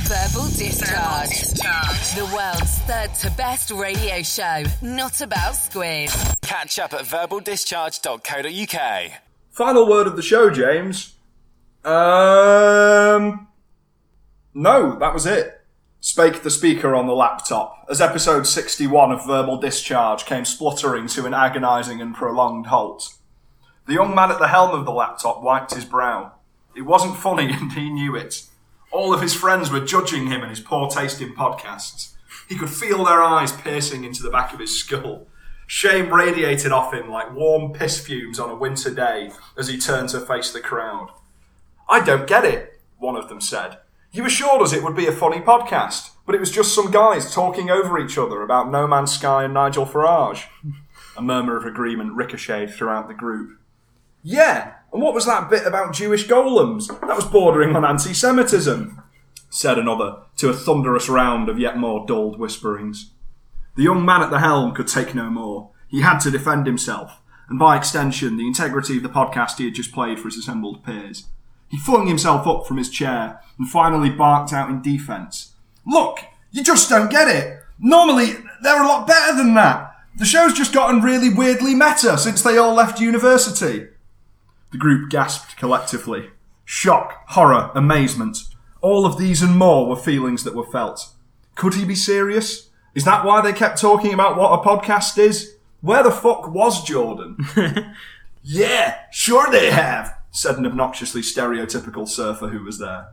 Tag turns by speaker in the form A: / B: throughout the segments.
A: Verbal Discharge. The world's third to best radio show, not about squid.
B: Catch up at verbaldischarge.co.uk.
C: Final word of the show, James. Um, no, that was it. Spake the speaker on the laptop as episode 61 of Verbal Discharge came spluttering to an agonising and prolonged halt. The young man at the helm of the laptop wiped his brow. It wasn't funny, and he knew it. All of his friends were judging him and his poor taste in podcasts. He could feel their eyes piercing into the back of his skull. Shame radiated off him like warm piss fumes on a winter day as he turned to face the crowd. I don't get it, one of them said. You assured us it would be a funny podcast, but it was just some guys talking over each other about No Man's Sky and Nigel Farage. A murmur of agreement ricocheted throughout the group. Yeah, and what was that bit about Jewish golems? That was bordering on anti Semitism, said another, to a thunderous round of yet more dulled whisperings. The young man at the helm could take no more. He had to defend himself, and by extension, the integrity of the podcast he had just played for his assembled peers. He flung himself up from his chair and finally barked out in defence. Look, you just don't get it. Normally, they're a lot better than that. The show's just gotten really weirdly meta since they all left university. The group gasped collectively. Shock, horror, amazement. All of these and more were feelings that were felt. Could he be serious? Is that why they kept talking about what a podcast is? Where the fuck was Jordan? yeah, sure they have, said an obnoxiously stereotypical surfer who was there.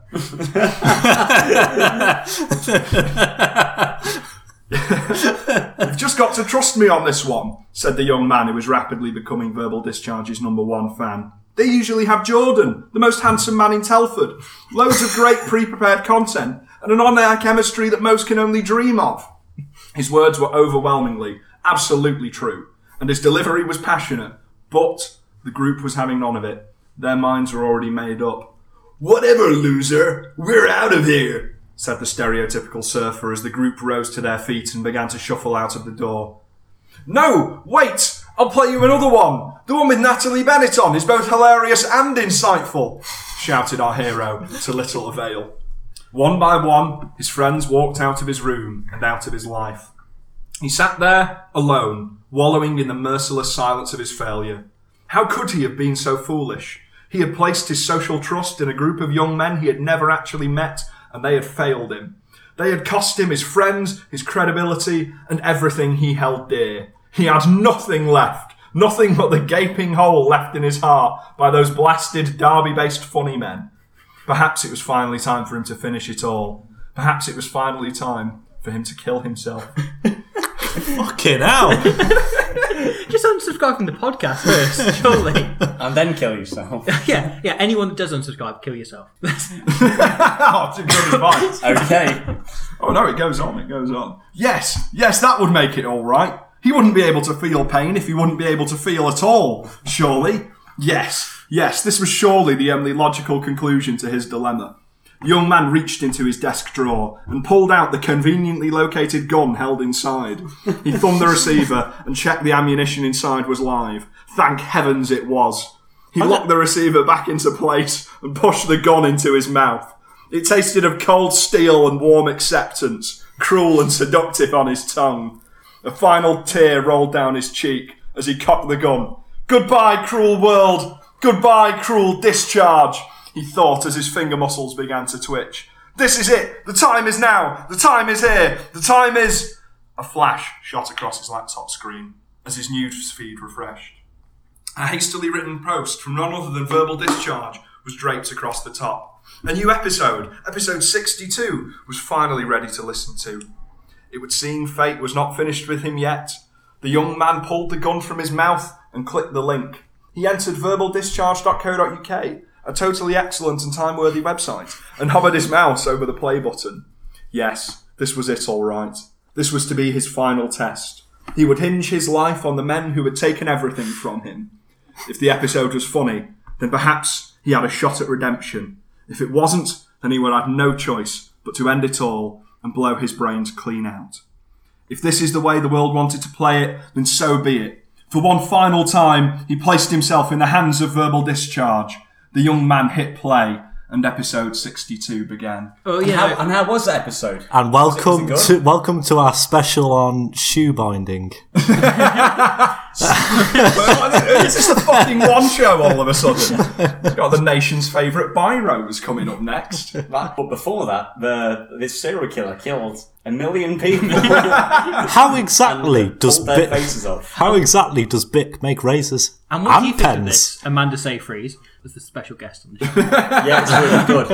C: You've just got to trust me on this one, said the young man who was rapidly becoming Verbal Discharge's number one fan. They usually have Jordan, the most handsome man in Telford, loads of great pre prepared content, and an on air chemistry that most can only dream of. His words were overwhelmingly, absolutely true, and his delivery was passionate, but the group was having none of it. Their minds were already made up. Whatever, loser, we're out of here, said the stereotypical surfer as the group rose to their feet and began to shuffle out of the door. No, wait, I'll play you another one. The one with Natalie Bennett on is both hilarious and insightful, shouted our hero, to little avail. One by one, his friends walked out of his room and out of his life. He sat there, alone, wallowing in the merciless silence of his failure. How could he have been so foolish? He had placed his social trust in a group of young men he had never actually met, and they had failed him. They had cost him his friends, his credibility, and everything he held dear. He had nothing left, nothing but the gaping hole left in his heart by those blasted Derby based funny men. Perhaps it was finally time for him to finish it all. Perhaps it was finally time for him to kill himself.
D: Fucking hell.
E: Just unsubscribe from the podcast first, surely.
F: And then kill yourself.
E: yeah, yeah. Anyone that does unsubscribe, kill yourself.
C: oh, it's a good advice.
F: Okay.
C: Oh no, it goes on, it goes on. Yes, yes, that would make it all right. He wouldn't be able to feel pain if he wouldn't be able to feel at all, surely. Yes, yes, this was surely the only logical conclusion to his dilemma. The young man reached into his desk drawer and pulled out the conveniently located gun held inside. He thumbed the receiver and checked the ammunition inside was live. Thank heavens it was. He locked the receiver back into place and pushed the gun into his mouth. It tasted of cold steel and warm acceptance, cruel and seductive on his tongue. A final tear rolled down his cheek as he cocked the gun. Goodbye, cruel world! Goodbye, cruel discharge! He thought as his finger muscles began to twitch. This is it! The time is now! The time is here! The time is. A flash shot across his laptop screen as his news feed refreshed. A hastily written post from none other than Verbal Discharge was draped across the top. A new episode, episode 62, was finally ready to listen to. It would seem fate was not finished with him yet. The young man pulled the gun from his mouth and clicked the link. He entered verbaldischarge.co.uk, a totally excellent and time worthy website, and hovered his mouse over the play button. Yes, this was it all right. This was to be his final test. He would hinge his life on the men who had taken everything from him. If the episode was funny, then perhaps he had a shot at redemption. If it wasn't, then he would have no choice but to end it all and blow his brains clean out. If this is the way the world wanted to play it, then so be it. For one final time, he placed himself in the hands of verbal discharge. The young man hit play, and episode 62 began.
E: Oh yeah.
F: How, and how was that episode?
D: And welcome
F: Was it- was it
D: to welcome to our special on shoe binding.
C: Is this the fucking one show all of a sudden? Got the nation's favourite biros coming up next.
F: That, but before that, the this serial killer killed a million people.
D: How exactly does
F: pulled their
D: Bic,
F: faces off.
D: How exactly does Bic make razors
E: and what do you think of
D: pens?
E: this? Amanda Seyfried was the special guest on the show.
F: Yeah, it's really good.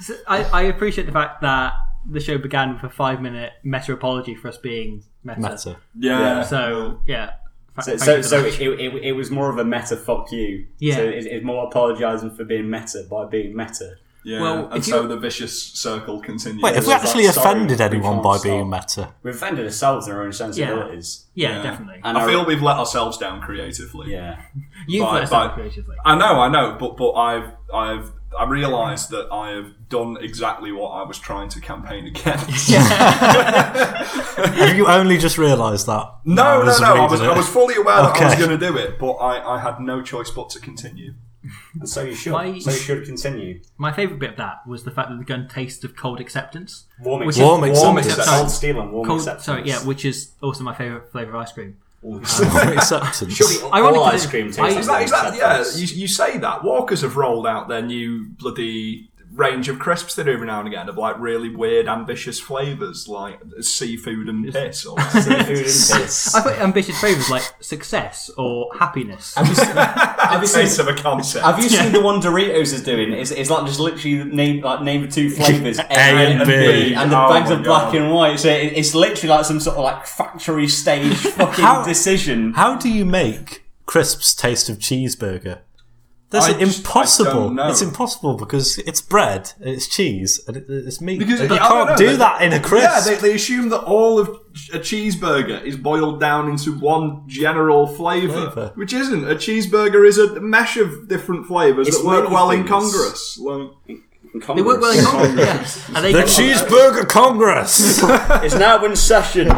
E: So I, I appreciate the fact that the show began with a five minute meta apology for us being meta.
D: Matter.
C: Yeah.
E: So yeah. Fa-
F: So,
E: thank
F: so,
E: you for
F: so
E: that.
F: it, it, it was more of a meta fuck you.
E: Yeah.
F: So it, it's more apologising for being meta by being meta.
C: yeah.
E: Well,
C: and
E: if
C: so
E: you-
C: the vicious circle continues.
D: Wait, have we
F: like,
D: actually
F: sorry,
D: offended
F: we
D: anyone
F: can't
D: by
F: stop.
D: being meta?
F: We've offended ourselves in our own sensibilities.
E: yeah,
C: Yeah.
E: definitely.
F: And
C: I
F: our-
C: feel we've let ourselves down creatively.
F: Yeah.
E: You've
C: Bye,
E: let us down
C: bye.
E: creatively.
C: I know, I know, but but I've I've I realised that I have done exactly what I was trying to campaign against.
D: have you only just realised that?
C: No, no,
D: was
C: no. I
D: reading
C: was,
D: it.
C: I was fully aware that I was
D: Okay.
C: going to do it, but I, I had no choice but to continue.
F: And so you should.
E: Why-
F: So you should continue.
E: My favourite bit of that was the fact that the gun tastes of cold acceptance.
F: Warm
E: Which
F: acceptance.
E: is-
D: Warm acceptance.
E: acceptance.
F: Cold steel and warm
E: Cold,
F: acceptance.
E: sorry, yeah, which is also my favourite flavour of ice cream. Uh,
D: acceptance.
E: Ironically,
F: all ice cream tastes
E: I-
F: like
C: Is that, is that yeah?
F: acceptance.
C: You, you say that Walkers have rolled out their new bloody range of crisps they do every now and again of like really weird, ambitious flavors like seafood and piss. Or
F: Seafood and piss.
E: I put ambitious flavours like success or happiness.
F: Have you seen- have you
C: taste
F: seen-
C: of a concept.
F: have you seen the one Doritos is doing? It's, it's like just literally name like name of two flavors A,
D: and B.
F: and the
C: Oh
F: bags
C: my
F: are black
C: God.
F: and white. So it, it's literally like some sort of like factory stage fucking
D: How-
F: decision.
D: How do you make crisps taste of cheeseburger? That's
C: I just- I
D: impossible.
C: don't know.
D: It's impossible because it's bread, and it's cheese, and it, it's meat.
C: Because
D: you
C: I don't
D: can't
C: know,
D: do
C: they-
D: that in a crisp.
C: Yeah, they, they assume that all of a cheeseburger is boiled down into one general flavour,
D: Flavour.
C: which isn't. A cheeseburger is a mesh of different flavours
F: It's
C: that work
F: many
C: well in
F: things.
C: Congress. Like,
E: they work well in Congress. yes. And they
D: the
E: get-
D: Cheeseburger Congress.
E: uh,
F: It's now in session.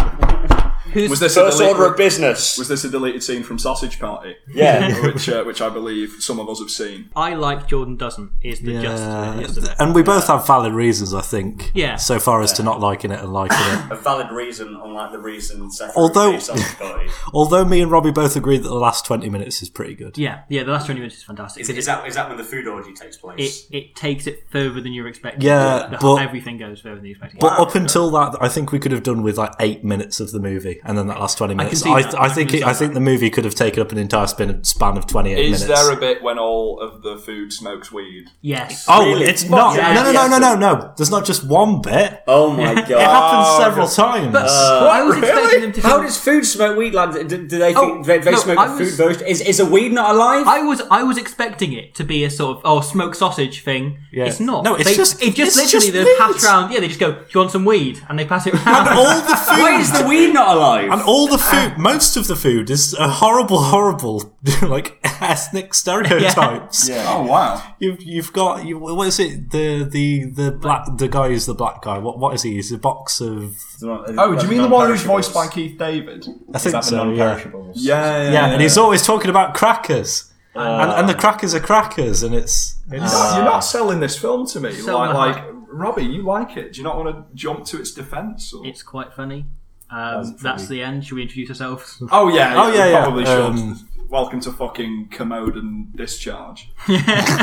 E: who's
C: was this a
F: First
C: delete-
F: order of business.
C: Was this a deleted scene from Sausage Party?
F: Yeah.
C: which, uh, which I believe some of us have seen.
E: I like Jordan doesn't is the
D: Yeah.
E: just. uh, Yes,
D: and we both have valid reasons, I think.
E: Yeah.
D: So far as to not liking it and liking it.
F: a valid reason, unlike the reason. separate
D: Although-
F: based on abilities.
D: Although me and Robbie both agree that the last twenty minutes is pretty good.
E: yeah, yeah. The last twenty minutes is fantastic.
F: is, it- is that is that when the food orgy takes place?
E: it it takes it further than you're expecting.
D: Yeah,
E: The-
D: but-
E: everything goes further than you expected.
D: But up until that, I think we could have done with like eight minutes of the movie, and then that last twenty minutes.
E: see
D: I,
E: that.
D: I
E: I
D: think
E: can
D: it, I
E: see
D: think the movie could have taken up an entire spin of, span of twenty eight minutes.
C: Is there a bit when all of the food smokes weed?
E: yes.
D: Oh,
F: Really?
D: it's not.
F: Yeah,
D: no, no, no,
F: yeah.
D: no, no, no. There's not just one bit.
F: oh my
D: It
F: god!
D: happens several times.
E: I was expecting them to.
F: How
E: film-
F: does food smoke weed? Like, do, do they
E: Oh,
F: think they, they
E: no,
F: smoke
E: I
F: the
E: was-
F: food version? Is is a weed not alive?
E: I was I was expecting it to be a sort of oh smoke sausage thing.
D: Yeah.
E: It's not.
D: No, it's
E: They-
D: just-
E: it just
D: it's
E: literally
D: just
E: they pass
D: weeds.
E: round. Yeah, they just go. Do you want some weed? And they pass it round.
D: all the food.
F: Why is the weed not alive?
D: and all the food, most of the food is a horrible, horrible, like ethnic stereotypes.
C: Oh wow!
D: You've you've got you, what is it? The the the black the guy who's the black guy. What what is he? He's a box of
C: Oh, do you mean the one who's voiced by Keith David?
D: I think so. Yeah. yeah,
F: non-perishables?
C: Yeah,
D: and he's always talking about crackers, and and the crackers are crackers, and it's it's
C: You're not selling this film to me.
E: So
C: like,
E: am I.
C: like Robbie, you like it. Do you not want to jump to its defence? Or...
E: it's quite funny. Um, that's the end. Should we introduce ourselves?
C: Oh yeah,
D: Oh, yeah,
C: we
D: yeah.
C: Probably
D: Um,
C: should. Welcome to fucking commode and discharge.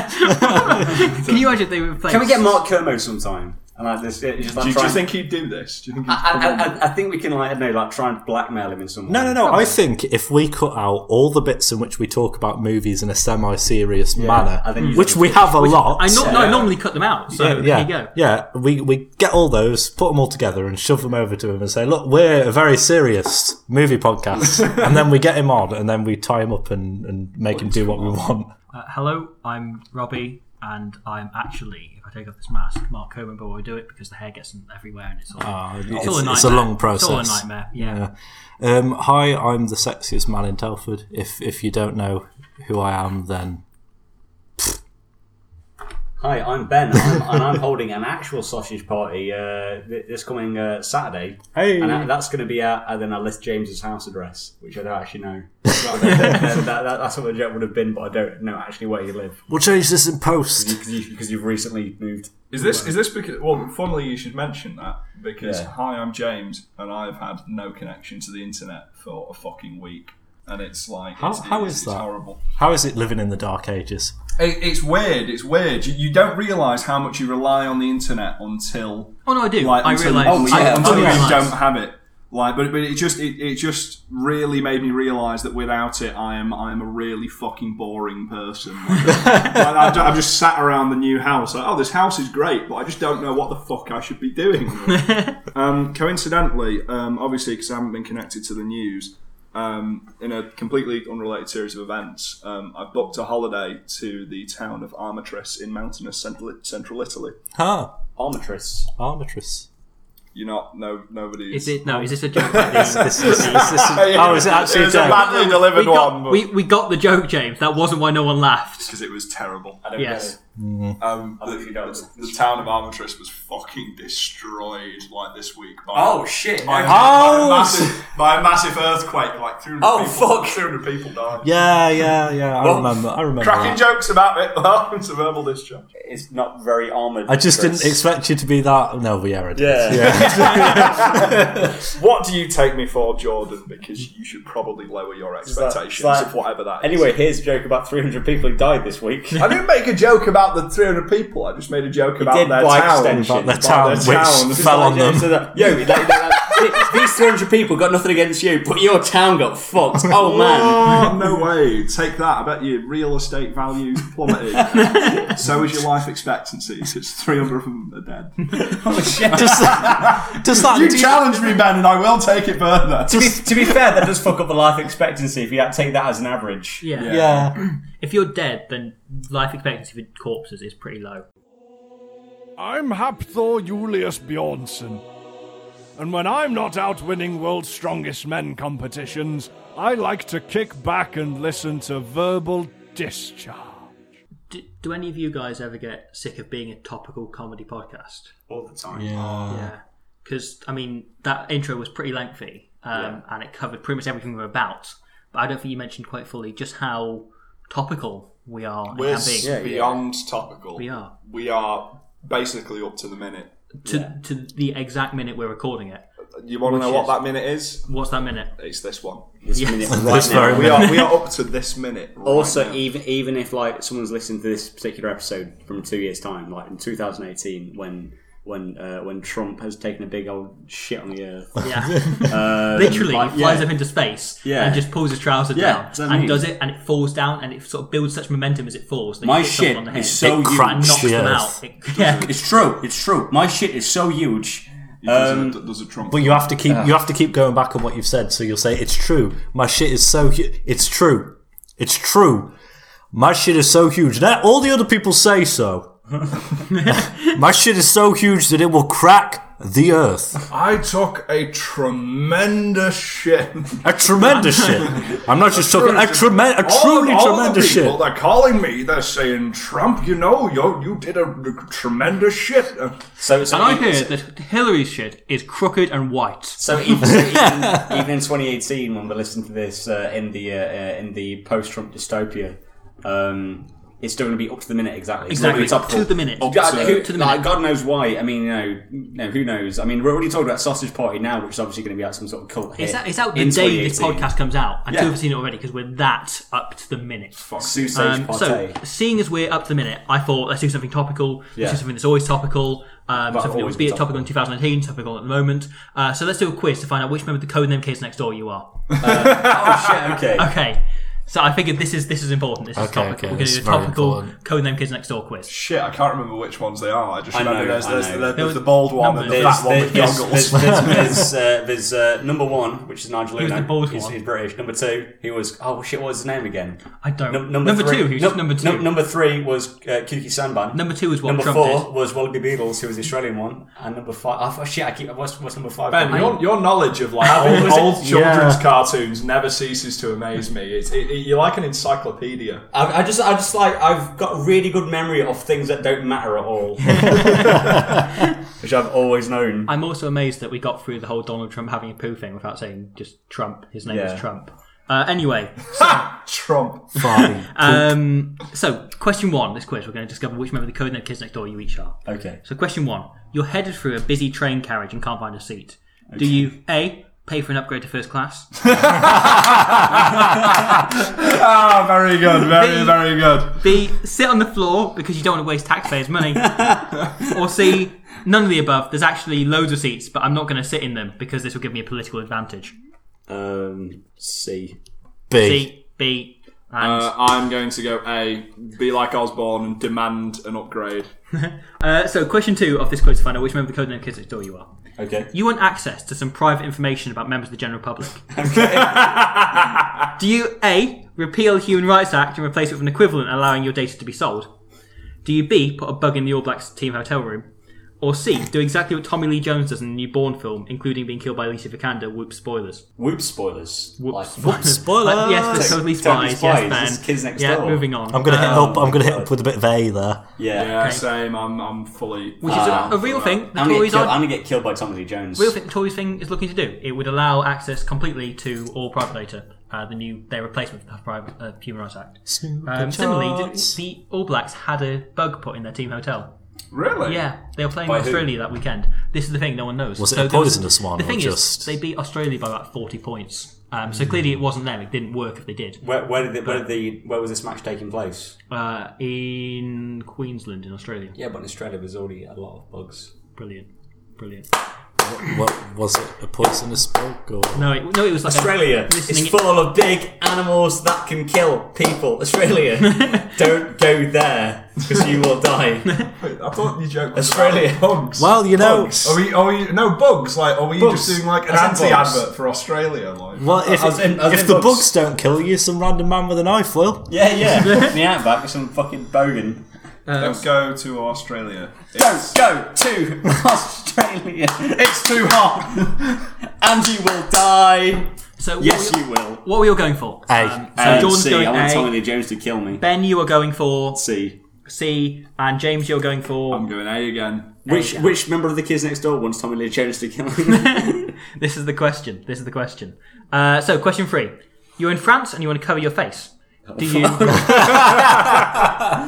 E: Can you imagine if they were playing?
F: Can we get Mark Kermode sometime? And like this, it's just like
C: Do you, do you
F: trying-
C: think he'd do this? Do you think? He'd
F: I, I- I, I think we can like I don't know, like try and blackmail him in some way.
D: No, no, no. I think if we cut out all the bits in which we talk about movies in a
F: I
D: semi-serious
F: think
D: manner,
F: you
D: which
F: should.
D: we have a lot,
E: I, nor- no, I normally cut them out. So
D: uh, yeah,
E: there you go.
D: yeah, we we get all those, put them all together, and shove them over to him and say, "Look, we're a very serious movie podcast," and then we get him on, and then we tie him up and, and make him do what we want.
E: Uh, hello, I'm Robbie, and I'm actually, if I take off this mask, Mark Coman, but we do it because the hair gets in everywhere and it's all, it's,
D: Ah, it's-
E: all a nightmare.
D: it's a long
E: It's
D: process.
E: all a nightmare, yeah.
D: Um, hi, I'm the sexiest man in Telford. If if you don't know who I am, then
F: Hi, I'm Ben, and I'm, and I'm holding an actual sausage party uh, th- this coming uh, Saturday.
D: Hey.
F: and that- that's going to be at and then I list James's house address, which I don't actually know. Well, that, that, that, that's what the joke would have been, but I don't know actually where you live
D: We'll change this in post.
F: because you, because you've recently moved.
C: Is this is this because? Well, funnily, you should mention that because
F: Yeah.
C: hi, I'm James, and I've had no connection to the internet for a fucking week, and it's like
D: How-
C: it's,
D: how
C: it's-
D: is
C: it's
D: that?
C: horrible.
D: How is it living in the dark ages?
C: It, it's weird. It's weird. You, you don't realize how much you rely on the internet until
E: Oh no, I do.
C: like
E: I
C: until,
E: realise.
C: oh, yeah,
E: I,
C: until
E: I
C: you
E: realise.
C: don't have it. Like, but, but it just it, it just really made me realise that without it, I am I am a really fucking boring person. Like, like, I've, ju- I've just sat around the new house. Like, oh, this house is great, but I just don't know what the fuck I should be doing. um, coincidentally, um, obviously, because I haven't been connected to the news, um, in a completely unrelated series of events, um, I booked a holiday to the town of Armatress in mountainous central, central Italy.
D: Ah,
F: Armatress.
D: Armatress.
C: You're not no nobody.
E: Is it no? Is this a joke? about the-
D: This is, this is, oh, is it actually
C: was a
D: James?
C: badly delivered
E: we, got,
C: one.
E: we, we got the joke, James. That wasn't why no one laughed.
C: because it was terrible.
F: I don't
E: Yes.
C: Um, the,
F: think you don't.
C: the- the town of Armatress was fucking destroyed like this week by,
F: Oh shit!
C: by, by, a
D: Oh,
C: massive, by a massive earthquake. Like 300
F: Oh,
C: people,
F: fuck.
C: 300 people died.
D: Yeah, yeah, yeah. I remember. I remember.
C: Cracking
D: That.
C: jokes about it. Welcome to verbal discharge.
F: It's not very armored.
D: I just didn't
F: Chris.
D: expect you to be that. No, we are.
F: Yeah.
C: What do you take me for, Jordan? Because you should probably lower your
F: that-
C: expectations
F: is that-
C: of whatever that is.
F: Anyway, here's a joke about 300 people who died this week.
C: I didn't make a joke about the 300 people. I just made a joke about
F: did
C: their
F: by
C: town.
F: extension.
D: About their
F: By
D: town,
C: their
D: which
C: town. It's
D: fell on
F: James
D: them.
F: said that, Yo, like, like, like, these 300 people got nothing against you, but your town got fucked. Oh man.
C: Oh, no way. Take that. I bet your real estate values plummeted. so is your life expectancy. It's 300 of them are dead.
D: Does that? Does that?
C: You
D: do you-
C: challenge me, Ben, and I will take it further.
F: to, be, to be fair, that does fuck up the life expectancy if you take that as an average.
E: Yeah.
D: yeah.
E: If you're dead, then life expectancy for corpses is pretty low.
G: I'm Hapthor Julius Bjornsson. And when I'm not out winning World's Strongest Men competitions, I like to kick back and listen to verbal discharge.
E: Do, do any of you guys ever get sick of being a topical comedy podcast?
F: All the time.
E: Yeah, because I mean that intro was pretty lengthy, um, and it covered pretty much everything we're about. But I don't think you mentioned quite fully just how topical we are. and can be.
C: beyond topical.
E: We are.
C: We are basically up to the minute.
E: to to the exact minute we're recording it.
C: You want to know
E: Which
C: what
E: is-
C: that minute is?
E: What's that minute?
C: It's this one.
F: This minute right
D: That's
F: now.
D: very
C: We are we are up to this minute. right
F: Also,
C: now.
F: even even if like someone's listening to this particular episode from two years time, like in 2018, when when uh, when Trump has taken a big old shit on the earth,
E: Yeah, literally
F: like,
E: he flies
F: Uh, yeah.
E: up into space
F: Yeah.
E: and just pulls his trouser
F: Yeah,
E: down
F: that's what
E: and
F: I mean.
E: does it, and it falls down and it sort of builds such momentum as it falls. That
F: My
E: you hit someone
F: shit
E: on the
F: is
E: head.
F: so
E: It
F: huge.
E: cracks- knocks
D: Cracks the
E: them
D: earth.
E: out. It- yeah,
F: it's true. It's true. My shit is so huge. Um,
C: does, a, does a Trump.
D: But you have to keep you have to keep going back on what you've said. So you'll say it's true. My shit is so hu- it's true. It's true. My shit is so huge. That all the other people say so. My shit is so huge that it will crack the earth.
C: I took a tremendous shit.
D: A tremendous shit. I'm not just talking a tremendous, a truly tremendous
C: the
D: shit.
C: people, They're calling me. They're saying, "Trump, you know, you you did a r- tremendous shit." Uh,
F: so, so
E: And I
F: even-
E: hear that Hillary's shit is crooked and white.
F: So even, so even, even in 2018, when we listened to this uh, in the uh, uh, in the post-Trump dystopia, um, it's still going to be up to the minute exactly. It's
E: Exactly,
F: gonna be topical.
E: to the minute.
F: God,
E: Up to-
F: who-
E: to the
F: like,
E: minute.
F: God knows why. I mean, you know, no, who knows? I mean, we're already talking about Sausage Party now, which is obviously going to be out some sort of cult hit.
E: It's out, it's out the
F: in
E: day this
F: 2018.
E: podcast comes out, and two
F: Yeah.
E: of us seen it already because we're that up to the minute.
F: Sausage
E: Um, so,
F: Party.
E: seeing as we're up to the minute, I thought let's do something topical.
F: Yeah.
E: Let's do something that's always topical. Um, something that
F: always
E: would be
F: be
E: topical in 2018, topical at the moment. Uh, so let's do a quiz to find out which member of the codename kids next door you are.
F: oh shit! Okay.
E: Okay. So I figured this is this is important. This is
D: Okay,
E: topical.
D: okay,
E: We're going
D: this
E: to do
D: is
E: a
D: very
E: topical
D: important.
E: codename kids next door quiz.
C: shit, I can't remember which ones they are. I just
F: I
C: remember
F: know,
C: there's,
F: I
C: there's,
F: know.
C: the-
E: There
C: there's
E: was-
C: the bald one and the
F: There's,
C: fat one
F: there's,
C: with goggles.
F: there's, there's, there's, uh, there's uh, number one, which is Nigel
E: Who's
F: Uno.
E: the bald
F: he's,
E: one?
F: he's British. Number two, he was oh shit, what was his name again?
E: I don't.
F: Num-
E: number
F: three-
E: two. Who's
F: num-
E: just number two?
F: num- number three was uh, Kuki Sandban.
E: Number two was what
F: number
E: Trump
F: four
E: did.
F: was Wallaby Beatles, who was the Australian one, and number five. I thought, shit, I keep. What's, what's number five?
C: Ben, your, your knowledge of like
F: How big
C: old,
F: was it?
C: old children's
D: Yeah.
C: cartoons never ceases to amaze me. It's, it, you're like an encyclopedia.
F: I, I just, I just like, I've got a really good memory of things that don't matter at all, which I've always known.
E: I'm also amazed that we got through the whole Donald Trump having a poo thing without saying just Trump. His name
F: Yeah.
E: is Trump. Uh, anyway,
C: Trump.
D: Fine.
E: um, so question one, this quiz, we're going to discover which member of the Codename Kids Next Door you each are.
F: Okay.
E: So question one, you're headed through a busy train carriage and can't find a seat. Do you A, pay for an upgrade to first class?
C: Ah, very good, very, very good.
E: B. Sit on the floor because you don't want to waste taxpayers' money. or C. None of the above. There's actually loads of seats, but I'm not going to sit in them because this will give me a political advantage.
F: Um, C.
D: B.
E: C. B. And
C: Uh,
E: uh,
C: I'm going to go A, be like Osborne and demand an upgrade.
E: so, question two of this quiz to find out which member of the Codename Kids Next Door you are.
F: Okay.
E: You want access to some private information about members of the general public. Do you A. Repeal the Human Rights Act and replace it with an equivalent allowing your data to be sold? Do you B. Put a bug in the All Blacks team hotel room? Or C. Do exactly what Tommy Lee Jones does in the new Bourne film, including being killed by Lisa Vikander? Whoop, spoilers.
F: Whoop spoilers.
E: Whoops.
F: Like,
D: Spoiler.
E: Uh, yes, there's totally spies.
F: Oh, spies.
E: Yes,
F: It's
E: Ben.
F: Kids Next
E: yeah,
F: Door.
E: moving on. Uh,
D: I'm gonna hit up. I'm gonna hit up with a bit of A there.
F: yeah.
C: Yeah, same. I'm, I'm fully.
E: Which is a, a real thing. The
F: Uh, I'm, gonna get
E: Tories
F: killed,
E: are.
F: I'm gonna get killed by Tommy Lee Jones.
E: Real thing, the Tories thing is looking to do. It would allow access completely to all private data, uh, the new their replacement for the private uh, Human Rights Act. Um, similarly, the, the All Blacks had a bug put in their team hotel.
C: really?
E: Yeah, they were playing
F: By who?
E: Australia that weekend. This is the thing no one knows.
D: Was it a
E: there
D: poisonous one
E: The
D: or
E: thing is,
D: just-
E: they beat Australia by about forty points. Um, so clearly, it wasn't them. It didn't work if they did.
F: Where, where did the, where did the where was this match taking place?
E: Uh, in Queensland, in Australia,
F: Yeah, but in Australia there's already a lot of bugs.
E: brilliant, brilliant.
D: What was it? A poisonous bug or?
E: No, it, no, it was like a-
F: Australia
E: listening
F: is full of big animals that can kill people. Australia, don't go there because you will die.
C: I thought your joke was
F: Australia.
C: about bugs.
D: Well, you know-
C: Bugs. Are we, are we, no, bugs. Like, are we
F: Bugs.
C: just doing like an
F: As in
C: anti
F: bugs.
C: advert for Australia? Like,
D: Well, if,
F: As in- as
D: if
F: in
D: the
F: bugs.
D: bugs. don't kill you, some random man with a knife will.
F: Yeah, yeah. In the outback, there's some fucking bogan.
C: don't go to Australia.
F: Don't go to Australia.
C: It's too hot.
F: and you will die.
E: So what
F: Yes,
E: were-
F: you will.
E: What were you going for? Um,
D: A.
E: so
F: And
E: Jordan's
F: C,
E: going
F: I
E: A.
F: want Tommy Lee Jones to kill me.
E: Ben, you were going for
F: C.
E: C, and James, you're going for.
C: I'm going A again.
F: Which which member of the kids next door wants Tommy Lee Jones to kill me?
E: This is the question. This is the question. Uh, so, question three: You're in France and you want to cover your face. Do you?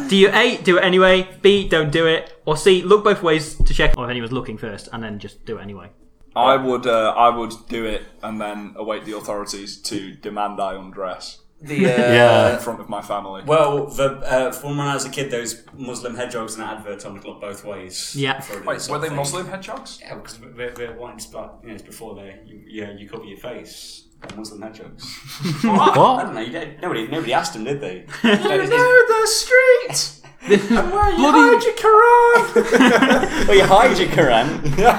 E: do you A do it anyway? B don't do it, or C look both ways to check if anyone's looking first, and then just do it anyway.
C: I would, uh, I would do it and then await the authorities to demand I undress
F: the, uh,
D: Yeah.
C: in front of my family.
F: Well, the uh, from when I was a kid, those Muslim hedgehogs in an advert on the clock both ways.
E: Yeah.
F: For doing
C: Wait, were
F: sort
C: they
F: of thing.
C: Muslim hedgehogs?
F: Yeah, because they're, they're white and spot. You know, it's before they. You, yeah, you cover your face. They're Muslim hedgehogs. I
D: What?
F: don't know. You don't, nobody, nobody asked them, did they?
C: the streets.
E: Bloody
F: well, you hide your Quran.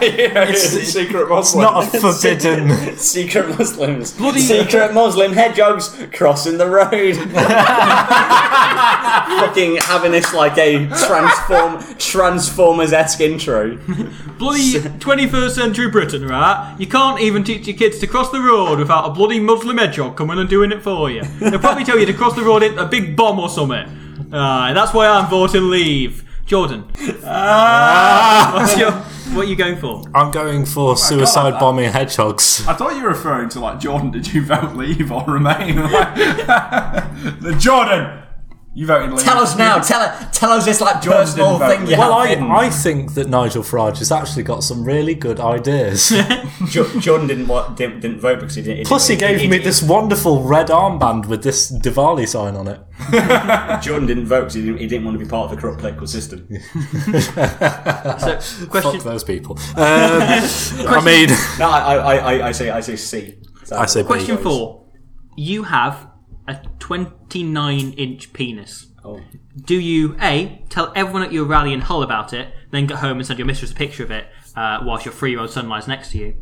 C: it's secret Muslim.
D: Not a forbidden.
F: Secret Muslims. Bloody Secret Muslim hedgehogs crossing the road. Fucking having this like a transform Transformers esque intro.
E: bloody 21st century Britain, right? You can't even teach your kids to cross the road without a bloody Muslim hedgehog coming and doing it for you. They'll probably tell you to cross the road in a big bomb or something. Aye, that's why I'm voting leave. Jordan. What's your, what are you going for?
D: I'm going for suicide bombing hedgehogs.
C: I thought you were referring to like Jordan. Did you vote leave or remain? Like, the Jordan, you voted leave.
F: Tell us now. Tell tell us this like
C: Jordan
F: personal
C: didn't vote
F: thing
C: me.
F: you
D: Well, I,
F: have.
D: I think that Nigel Farage has actually got some really good ideas.
F: Jo- Jordan didn't, wa- didn't didn't vote because he didn't.
D: Plus, he gave me this wonderful red armband with this Diwali sign on it.
F: Jordan didn't vote because he didn't, he didn't want to be part of the corrupt political system.
E: So, question,
D: Fuck those people. Um, I mean,
F: no, I, I, I, I say I say C. So-
D: I say B.
E: question four. You have a 29 inch penis.
F: Oh.
E: Do you A, tell everyone at your rally and hull about it, then get home and send your mistress a picture of it uh, whilst your three year old son lies next to you?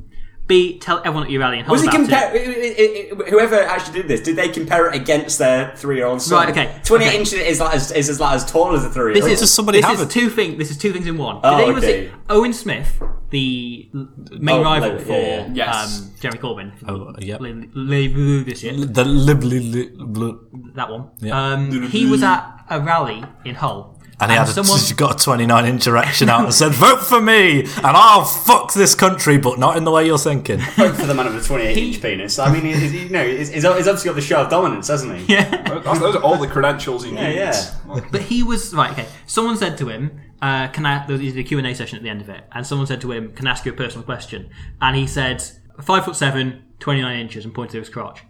E: B. Tell everyone at your rally and hold
F: Was it
E: about
F: compare? Whoever actually did this, did they compare it against their three-year-old son?
E: Right, okay,
F: Twenty-eight
E: okay.
F: inches is like as, is as, like, as tall as a three-year-old.
E: This
D: does
E: is
D: somebody
E: this
D: have
E: is
D: it?
E: two things. This is two things in one.
F: Oh,
E: Today was
F: okay.
E: it Owen Smith, the l- main
F: Oh,
E: rival
F: Labour,
E: for
F: yeah, yeah.
B: Yes.
E: um, Jeremy Corbyn. for
D: Oh, yep.
E: Li- Li- Li- this year,
D: The lib, lib, lib, lib-
E: that one.
D: Yeah.
F: Mm-hmm.
E: Um, he was at a rally in Hull,
D: and he had a,
E: someone
D: got a 29 inch erection out and said, "Vote for me, and I'll fuck this country, but not in the way you're thinking."
F: Vote for the man with the 28 inch penis. I mean, he's, you know, he's, he's obviously got the show of dominance, hasn't he? Yeah.
C: That's- those are all the credentials he needs.
F: yeah.
E: But he was right. Okay, someone said to him, uh, "Can I?" There was a Q and A session at the end of it, and someone said to him, "Can I ask you a personal question?" And he said, five foot seven, 29 inches," and pointed to his crotch.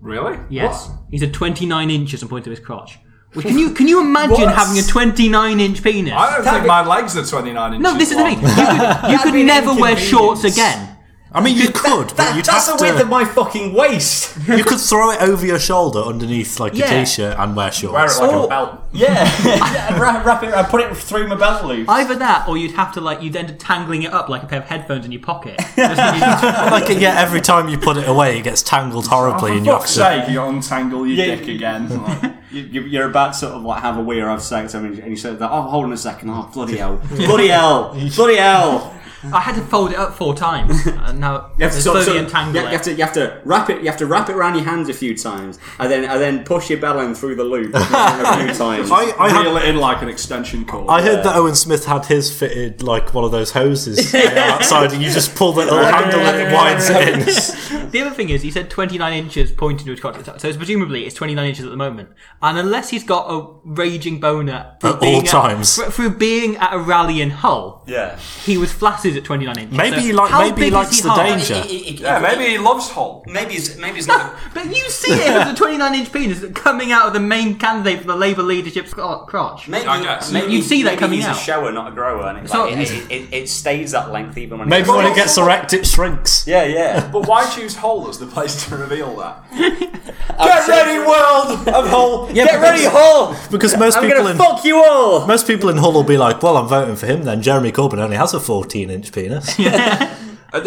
B: Really?
E: Yes, he said 29 inches and pointed to his crotch. Well, can you can you imagine
F: What?
E: having a 29 inch penis?
C: I don't think my legs are 29 inches.
E: no, this is the
C: long.
E: thing. You could, you could
F: be an
E: never wear
F: inconvenience.
E: shorts again.
D: I mean, you could, but you'd
F: That's the
D: have
F: width of
D: to.
F: my fucking waist.
D: You could throw it over your shoulder underneath like your
E: Yeah.
D: t-shirt and wear shorts.
C: Wear it like
F: Oh.
C: a belt.
F: Yeah. yeah wrap, wrap it. I put it through my belt loop.
E: Either that, or you'd have to like you'd end up tangling it up like a pair of headphones in your pocket. Just so you-
D: like yeah, every time you put it away, it gets tangled horribly,
C: Oh, For
D: and you have
C: fuck's
D: to.
C: sake, you untangle your
F: Yeah.
C: dick again. Like,
F: You, you- you're about to sort of like have a wee or have sex, I mean, and you said that. Oh, hold on a second. Oh, bloody hell! bloody hell! bloody hell!
E: I had to fold it up four times, and now
F: You have to
E: it's
F: sort
E: slowly
F: of- sort of-
E: untangle
F: yeah,
E: it.
F: you have to you have to wrap it. You have to wrap it around your hands a few times, and then and then push your bell end through the loop a few times.
D: I, I, had-
C: reel it in like an extension cord.
D: I heard that Owen Smith had his fitted like one of those hoses outside, and you just pull the little handle and it winds it in.
E: The other thing is, he said 29 inches pointing to his crotch. So it's presumably it's 29 inches at the moment. And unless he's got a raging boner for
D: At all
E: being
D: times.
E: for, for being at a rally in Hull,
F: yeah.
E: he was flaccid at 29 inches.
D: Maybe
E: So
D: he like
E: how
D: maybe he
E: big is
D: likes the
E: hard?
D: danger.
C: yeah, maybe he loves Hole.
F: Maybe it's maybe it's not.
E: But you see it as a 29 inch penis coming out of the main candidate for the Labour leadership's cro- crotch.
F: Maybe,
C: I guess.
F: maybe
E: You'd see that
F: maybe
E: coming
F: he's
E: out.
F: a shower, not a grower, and it,
E: So-
F: like, it, it, it stays that length even when
D: Maybe
F: it
D: when it gets erect, it shrinks.
F: Yeah, yeah.
C: But why choose Hole as the place to reveal that?
F: Get ready, world of Hull. Get
D: but-
F: ready, Hull.
D: Because most
F: I'm
D: people
F: gonna
D: in
F: fuck you all.
D: most people in Hull will be like, "Well, I'm voting for him." Then Jeremy Corbyn only has a 14 inch penis,
C: Have you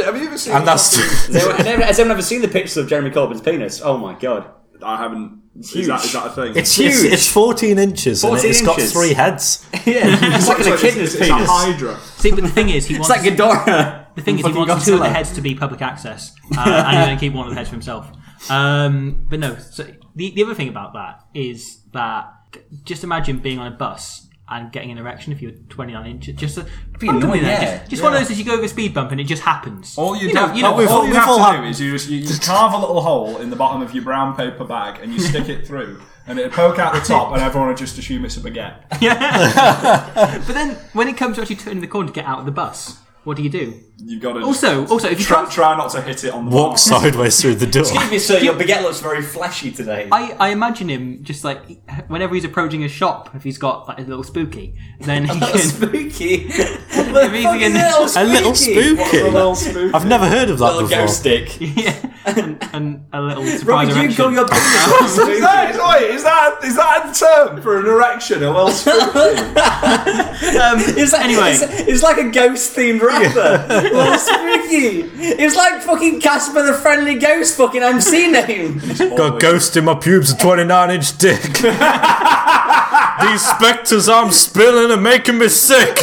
C: ever seen?
D: and that's
F: Has anyone has anyone ever seen the pictures of Jeremy Corbyn's penis? Oh my god.
C: I haven't. Is that, is that a thing?
D: it's, it's
F: huge.
D: it's 14 inches, and
F: 14
D: it's got
F: inches.
D: three heads.
F: Yeah, it's like an
C: it's,
F: echidna's
C: it's, it's a
F: penis.
C: hydra.
E: See, but the thing is, he wants.
F: It's like Ghidorah.
E: The thing is, he
F: Fucking
E: wants two of the
F: Godzilla.
E: heads to be public access, uh, and he's going to keep one of the heads for himself. Um, but no, so the, the other thing about that is that just imagine being on a bus and getting an erection if you're 29 inches. Just a, randomly
F: annoying,
E: there,
F: yeah.
E: just, just one of those that you go over a speed bump and it just happens.
C: All you,
E: you
C: do,
E: know, you know,
C: all, all
D: we've
C: you have
D: all
C: to
D: had-
C: do is you, just, you, you carve a little hole in the bottom of your brown paper bag and you stick it through, and it'll poke out the top, and everyone will just assume it's a baguette.
E: But then when it comes to actually turning the corner to get out of the bus, what do you do?
C: You've got to
E: Also, also if you
C: try,
E: can't-
C: try not to hit it on the
D: Walk
C: bar.
D: sideways through the door.
F: Excuse me, sir, your baguette looks very flashy today.
E: I, I imagine him just like whenever he's approaching a shop, if he's got like a little spooky, then he
F: Little
E: can.
F: spooky.
E: If he's in-
D: A little spooky. I've never heard of that
F: Little
D: before.
F: ghost stick.
E: Yeah, and, and a little surprise
F: Robbie, do
E: erection.
F: you call your penis
C: Is that, is, wait, is that is that a term for an erection? A little spooky.
F: It's like,
E: Anyway.
F: it's, it's like a ghost themed rapper. Little spooky. It's like fucking Casper the Friendly Ghost fucking MC name.
D: Got ghost in my pubes, a 29 inch dick. These spectres I'm spilling are making me sick.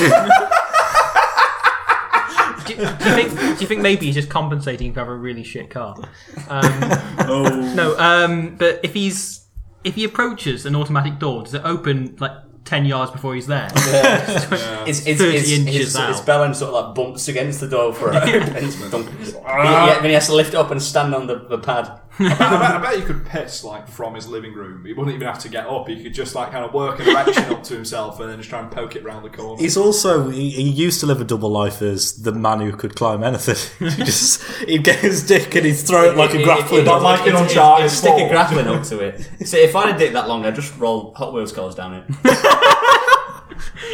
E: do, do you think? Do you think maybe he's just compensating for having a really shit car?
F: Oh.
E: Um, No, um, but if he's if he approaches an automatic door, does it open like ten yards before he's there?
F: It's, it's,
E: 30 inches out.
F: Belen sort of like bumps against the door for it. and it's dunk- Yeah, then he has to lift up and stand on the, the pad.
C: I, bet, I bet he could piss like from his living room. He wouldn't even have to get up. He could just like kind of work an erection up to himself and then just try and poke it round the corner.
D: He's also, he, he used to live a double life as the man who could climb anything. he just, he'd get his dick and he'd throw it like a grappling
C: Not
D: hook.
C: like it on
F: I'd
C: Charlie's
F: stick a
C: ball.
F: grappling hook to it. So if I had a dick that long, I'd just roll Hot Wheels cars down it.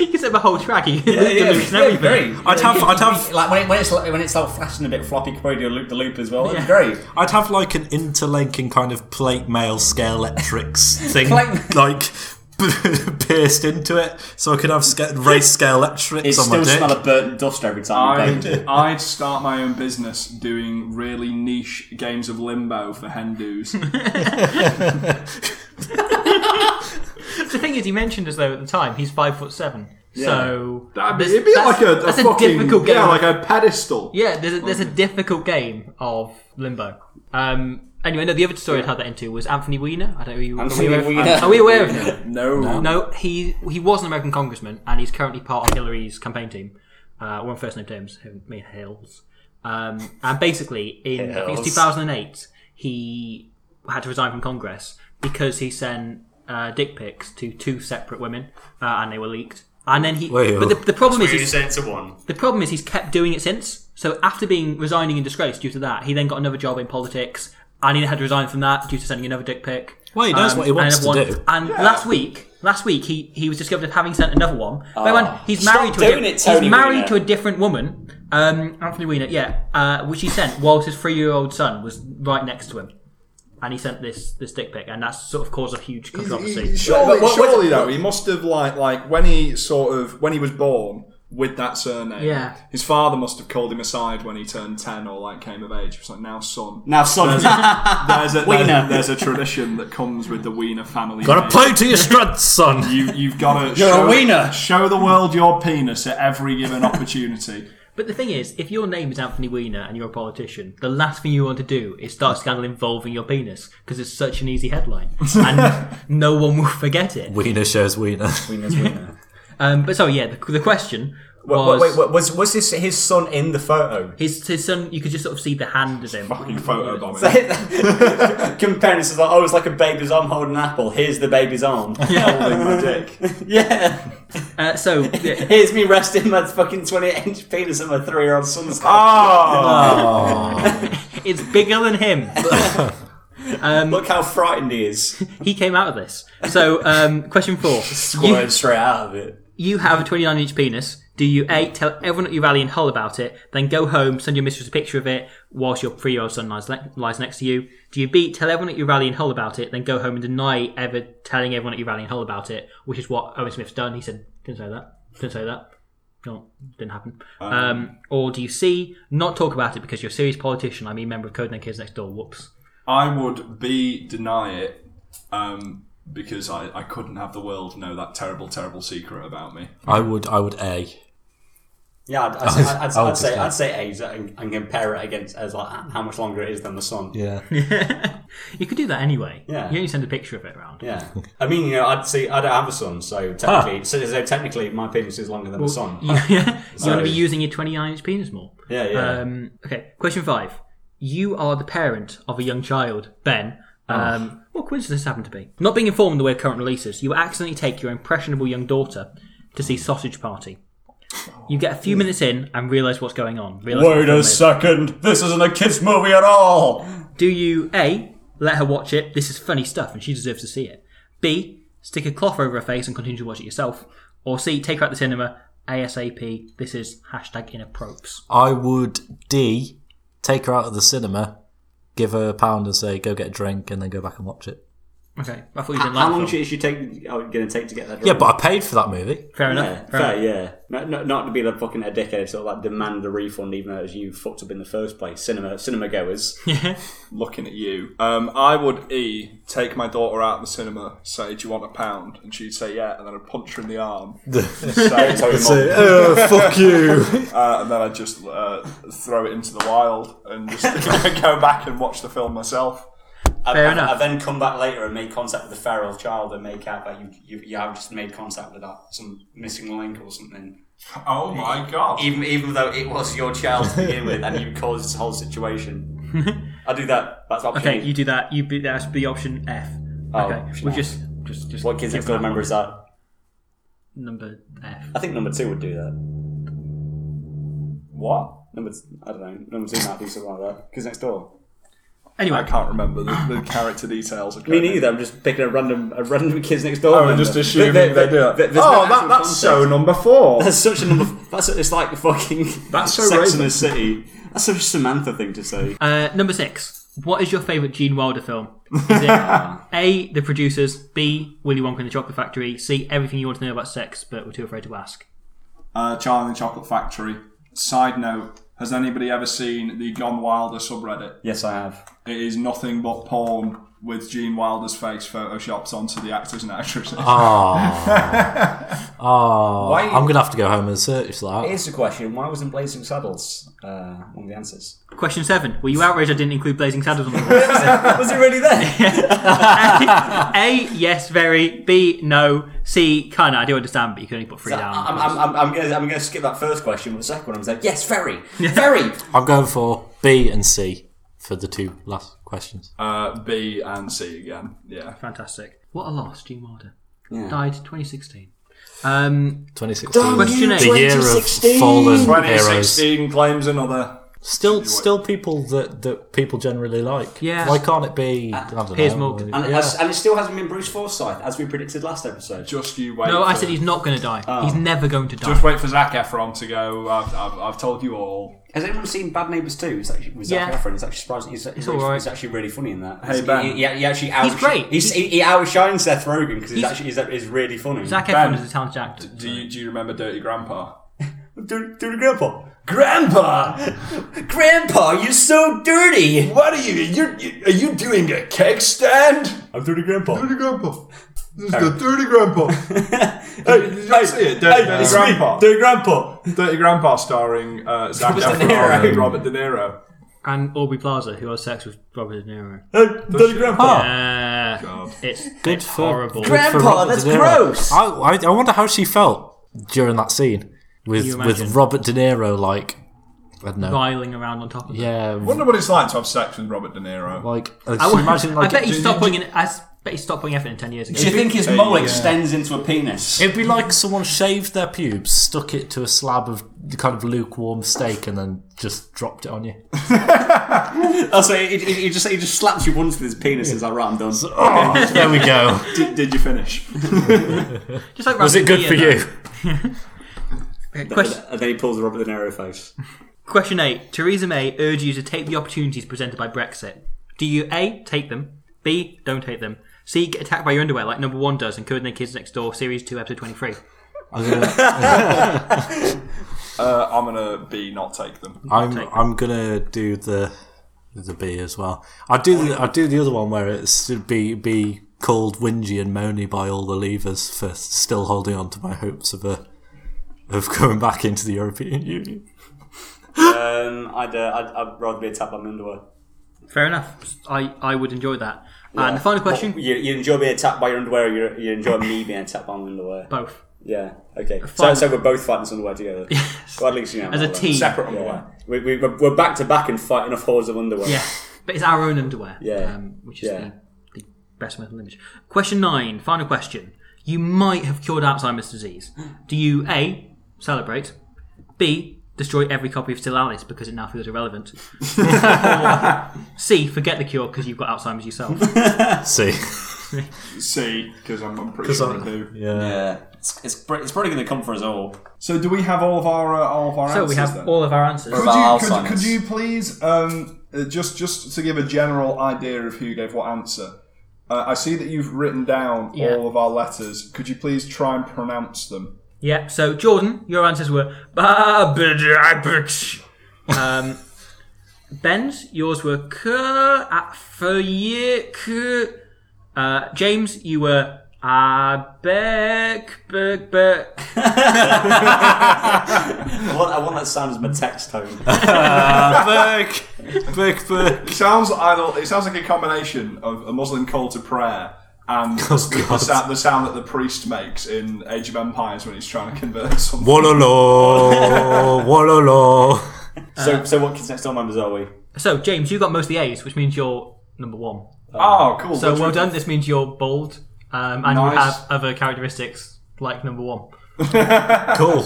E: you can set up a whole track. You can loop the loops and everything.
D: I'd have, I'd have,
F: like when, it, when it's like, when it's like flashing a bit floppy, you could probably do a loop the loop as well. That'd be great.
D: I'd have like an interlinking kind of plate mail scale electrics thing,
F: Plate-
D: like pierced into it so I could have sca- race scale
F: It
D: electrics on my
F: still
D: dick.
F: smell of burnt dust every time I played
C: I'd,
F: it.
C: I'd start my own business doing really niche games of limbo for Hindus.
E: The thing is, he mentioned as though at the time he's five foot seven. So
C: That'd be,
E: there's-
C: it'd be
E: that's-
C: like a, a
E: that's
C: fucking,
E: difficult game.
C: yeah, like a pedestal.
E: Yeah, there's a, there's a difficult game of Limbo. Um, anyway, no, the other story I had that into was Anthony Weiner. I don't know. Are, you, are
F: Anthony
E: we aware of-
F: Weiner.
E: Are we aware of him?
C: No,
E: No, he he was an American congressman, and he's currently part of Hillary's campaign team. Uh, one first name terms, him- me Hills. Um, and basically, in I think it's
D: Hills.
E: 2008, he had to resign from Congress because he sent uh, dick pics to two separate women, uh, and they were leaked. And then he,
D: Wait,
E: but the, the problem is,
F: You
E: he's-
F: sent to one.
E: the problem is he's kept doing it since. So after being resigning in disgrace due to that, he then got another job in politics, and he had to resign from that due to sending another dick pic. Um,
D: Well, he knows what he
E: and
D: wants
E: another
D: to
E: one-
D: do.
E: And last week, last week he, he was discovered of having sent another one. Bear in mind, he's married
F: Oh, Stop
E: to a
F: doing
E: di-
F: it, Tony
E: he's married
F: Weiner.
E: to a different woman, um, Anthony Weiner, yeah, uh, which he sent whilst his three year old son was right next to him. And he sent this this dick pic, and that's sort of caused a huge controversy.
C: Surely,
F: But- but-
C: surely
F: but-
C: though, he must have like like when he sort of when he was born with that surname.
E: Yeah.
C: his father must have called him aside when he turned ten or like came of age. It was like now son.
F: Now, son.
C: There's a there's,
F: Wiener.
C: a, there's a tradition that comes with the Wiener family.
D: Gotta
C: name.
D: play to your strengths, son.
C: You, you've got to.
F: You're a
C: show,
F: wiener.
C: Show the world your penis at every given opportunity.
E: But the thing is, if your name is Anthony Weiner and you're a politician, the last thing you want to do is start a scandal involving your penis because it's such an easy headline and no one will forget it.
D: Wiener shows Wiener.
E: Um, but so yeah, the, the question was
F: Wait, wait, wait, was was his his son in the photo?
E: his his son. You could just sort of see the hand of him. Uh,
C: Fucking photobombing.
F: Comparing this is like, oh, it's like a baby's arm holding an apple. Here's the baby's arm.
C: Holding my dick.
F: yeah.
E: Uh, so yeah,
F: Here's me resting my fucking 28 inch penis on my three year old son's
E: Ah!
C: Oh,
E: it's bigger than him.
F: Look how frightened he is.
E: He came out of this. So um, question four:
F: Squirted straight out of it.
E: You have a 29 inch penis. Do you A, tell everyone at your rally in Hull about it, then go home, send your mistress a picture of it whilst your three year old son lies, le- lies next to you? Do you B, tell everyone at your rally in Hull about it, then go home and deny ever telling everyone at your rally in Hull about it, which is what Owen Smith's done? He said, didn't say that, didn't say that. No, didn't happen. Um, or do you C, not talk about it because you're a serious politician, I mean, member of Codename Kids Next Door, whoops.
C: I would be deny it um, because I, I couldn't have the world know that terrible, terrible secret about me.
D: I would, I would A.
F: Yeah,
E: Oh,
F: I'd, I'd, say- I'd, I'd,
D: I would
F: say
D: just
F: I'd say A's and, and compare it against as like how much longer it is than the sun.
D: Yeah.
E: You could do that anyway.
F: Yeah.
E: You only send a picture of it around.
F: Yeah. I mean, you know, I'd see I don't have a son, so technically, so, so technically, my penis is longer than the sun.
E: yeah, you want to
F: Sorry.
E: be using your 29 inch penis more.
F: Yeah, yeah.
E: Um, okay, question five. You are the parent of a young child, Ben.
F: Oh.
E: Um, What coincidence this happened to be? Not being informed of the way of current releases, you accidentally take your impressionable young daughter to see Sausage Party. You get a few minutes in and realise what's going on. Realise what the film is.
F: second! This isn't a kids movie at all.
E: Do you A, let her watch it? This is funny stuff and she deserves to see it. B, stick a cloth over her face and continue to watch it yourself. Or C, take her out the cinema ASAP. This is hashtag inappropriate.
D: I would D, take her out of the cinema, give her a pound and say, go get a drink, and then go back and watch it.
E: Okay, I thought you didn't
F: How
E: like
F: long
E: the film.
F: should she take? Are going to take to get that?
D: Yeah,
F: drawing?
D: but I paid for that movie.
E: Fair enough.
F: Yeah,
E: fair
F: fair,
E: enough.
F: yeah. Not, not, not to be like fucking a dickhead to like demand a refund, even though it was you fucked up in the first place. Cinema, cinema goers.
C: Looking at you, um, I would e take my daughter out of the cinema, say, "Do you want a pound?" and she'd say, "Yeah," and then I'd punch her in the arm, say, "Tell your mum."
D: oh, fuck you.
C: uh, and then I'd just uh, throw it into the wild and just go back and watch the film myself.
E: Fair
F: I,
E: enough.
F: I, then come back later and make contact with the feral child and make out that you, you, you have just made contact with that some missing link or something.
C: Oh my god!
F: Even even though it was your child to begin with, and you caused this whole situation. I do that. That's option.
E: Okay, you do that. You be, that's the option F.
F: Oh,
E: okay,
F: option
E: we
F: F.
E: just just just.
F: what
E: give
F: kids next door
E: that
F: member is that?
E: one. number F?
F: I think number two would do that.
C: What?
F: Number, t- I don't know. Number two might do something like that. Kids next door.
C: I
E: Anyway,
C: can't remember the, the character details. Of
F: Me
C: Conan.
F: neither. I'm just picking a random, a random kids next door.
C: Oh, and
F: member.
C: just assuming
F: There-
C: they,
F: there-
C: do it.
F: there- there's no
C: oh,
F: actual
C: that, that's so
F: context.
C: number four.
F: That's such a number. That's it's like fucking.
C: That's so
F: Sex in
C: Raven.
F: the City. That's such a Samantha thing to say.
E: uh, number six. What is your favorite Gene Wilder film? Is it A, the producers, B, Willy Wonka and the Chocolate Factory, C, everything you want to know about sex but were too afraid to ask?
C: Uh, Charlie and the Chocolate Factory. Side note: Has anybody ever seen the Gone Wilder subreddit?
F: Yes, I have.
C: It is nothing but porn with Gene Wilder's face photoshopped onto the actors and actresses.
F: Why?
D: Ah. I'm gonna have to go home and search that.
F: Here's the question: Why wasn't Blazing Saddles uh, one of the answers?
E: Question seven. Were you outraged I didn't include Blazing Saddles on the list?
F: Was it really there?
E: A, yes, very. B, no. C, kinda, I do understand, but you can only put three down.
F: I'm, I'm, I'm, I'm gonna I'm gonna skip that first question, but the second one I'm like, yes, very, very.
D: I'm going for B and C for the two last questions.
C: Uh, B and C again. Yeah.
E: Fantastic. What a loss, Gene Wilder. Died 2016. Um,
D: 2016,
E: Question eight.
D: the year of
F: 2016.
D: fallen heroes.
C: 2016 claims another.
D: Still, still people that, that people generally like.
E: Yeah.
D: Why can't it be? I don't
E: Piers
D: know.
E: Morgan.
F: And, it has- and it still hasn't been Bruce Forsyth as we predicted last episode.
C: Just you wait.
E: no, I
C: for-
E: said he's not going to die.
F: Oh.
E: He's never going to die.
C: Just wait for Zach Efron to go. I've, I've, I've told you all.
F: Has anyone seen Bad Neighbours Two? It's actually with Zac
E: Yeah.
F: Efron. It's actually surprising. He's, he's,
E: all
F: really,
E: right.
F: he's actually really funny in that.
C: Hey,
F: He's-
C: Ben.
F: He, he- he actually outsh-
E: great.
F: He's, he, he outshines Seth Rogen because he's
E: He's-
F: actually he's, he's really funny.
E: Zac
C: Ben,
E: Efron is a talented actor.
C: Do you do you remember Dirty Grandpa?
F: do, do the grandpa. Grandpa, grandpa, you're so dirty.
C: What are you? You're, you are you doing a keg stand?
F: I'm dirty grandpa.
C: Grandpa. This is the dirty grandpa. hey, you see it? Dirty,
F: Hey, it's me,
C: grandpa.
F: dirty grandpa.
C: dirty grandpa starring uh, Zach
F: Robert De
C: Efron
F: Niro.
C: and Robert De Niro.
E: And Aubrey Plaza, who has sex with Robert De Niro.
F: Hey, dirty grandpa.
E: Uh, it's it's
D: for-
E: horrible.
D: Good
F: Grandpa,
D: for Robert
F: that's
D: De Niro.
F: gross.
D: I, I, I wonder how she felt during that scene with
E: you
D: with
E: imagine?
D: Robert De Niro. Like I don't know.
E: Filing around on top of it.
D: Yeah,
C: I wonder what it's like to have sex with Robert De Niro.
D: like I
E: I,
D: just imagine like
E: I bet he
D: it-
E: stopped putting in. I s- bet he stopped putting effort in ten years ago.
F: Do you think his mole extends into a penis?
D: It'd be like someone shaved their pubes, stuck it to a slab of the kind of lukewarm steak, and then just dropped it on you.
F: Also, Oh, he, he, he just he just slaps you once with his penis. Is like, right, I'm done.
D: there we go.
C: Did, did you finish?
E: Just like
D: Was it good for you?
E: Question,
F: And then he pulls the Robert De Niro face.
E: question eight. Theresa May urges you to take the opportunities presented by Brexit. Do you A. Take them? B. Don't take them. C. Get attacked by your underwear like number one does in Code Name Kids Next Door, Series 2, Episode 23.
D: I'm gonna,
C: Uh, I'm gonna be not take them.
D: I'm, I'm gonna do the the B as well. I do the, I do the other one where it's to be be called whingy and moany by all the levers for still holding on to my hopes of a of going back into the European Union.
F: Um, I'd, uh, I'd I'd rather be attacked by my underwear.
E: Fair enough. I, I would enjoy that. And the final question.
F: You, you enjoy being attacked by your underwear, or you, you enjoy me being attacked by my underwear.
E: Both.
F: Yeah. Okay. So,
E: Fine.
F: so we're both fighting this underwear together. Yes. Well, at least you know.
E: As a
F: well,
E: team.
C: Separate
F: Yeah.
C: underwear.
F: We, we, we're we're back to back and fighting off hordes of underwear.
E: Yeah, but it's our own underwear.
F: Yeah.
E: Um, which is
F: Yeah.
E: the, the best mental image. Question nine, final question. You might have cured Alzheimer's disease. Do you A, celebrate, B, destroy every copy of Still Alice because it now feels irrelevant, or C, forget the cure because you've got Alzheimer's yourself?
D: See,
C: C, because I'm, I'm pretty sure I do.
F: Yeah. It's, it's, pr- it's probably going to come for us all.
C: So do we have all of our uh, all of our
E: so
C: answers
E: we have
C: then?
E: all of our answers.
C: could you,
F: About
C: could,
F: Alzheimer's.
C: could you please um, uh, just just to give a general idea of who gave what answer? Uh, I see that you've written down
E: Yeah.
C: all of our letters. Could you please try and pronounce them?
E: Yeah, so Jordan, your answers were Babbage. Um Ben's, yours were Kerr at Feuille. Uh James, you were Abeck Beck Beck.
F: I want, I want that sound as my text tone.
D: Burke, Burke, Burke.
C: It sounds either it sounds like a combination of a Muslim call to prayer and
E: Oh,
C: the, the,
D: God.
C: sound, the sound that the priest makes in Age of Empires when he's trying to convert someone.
D: Wololo, wololo.
E: Uh,
F: so, so what consent store members are we?
E: So James, you got most of the A's, which means you're number one.
C: Oh, cool.
E: So
C: That's
E: well
C: really-
E: done. This means you're bold, um, and you
C: Nice.
E: have other characteristics like number one.
D: Cool.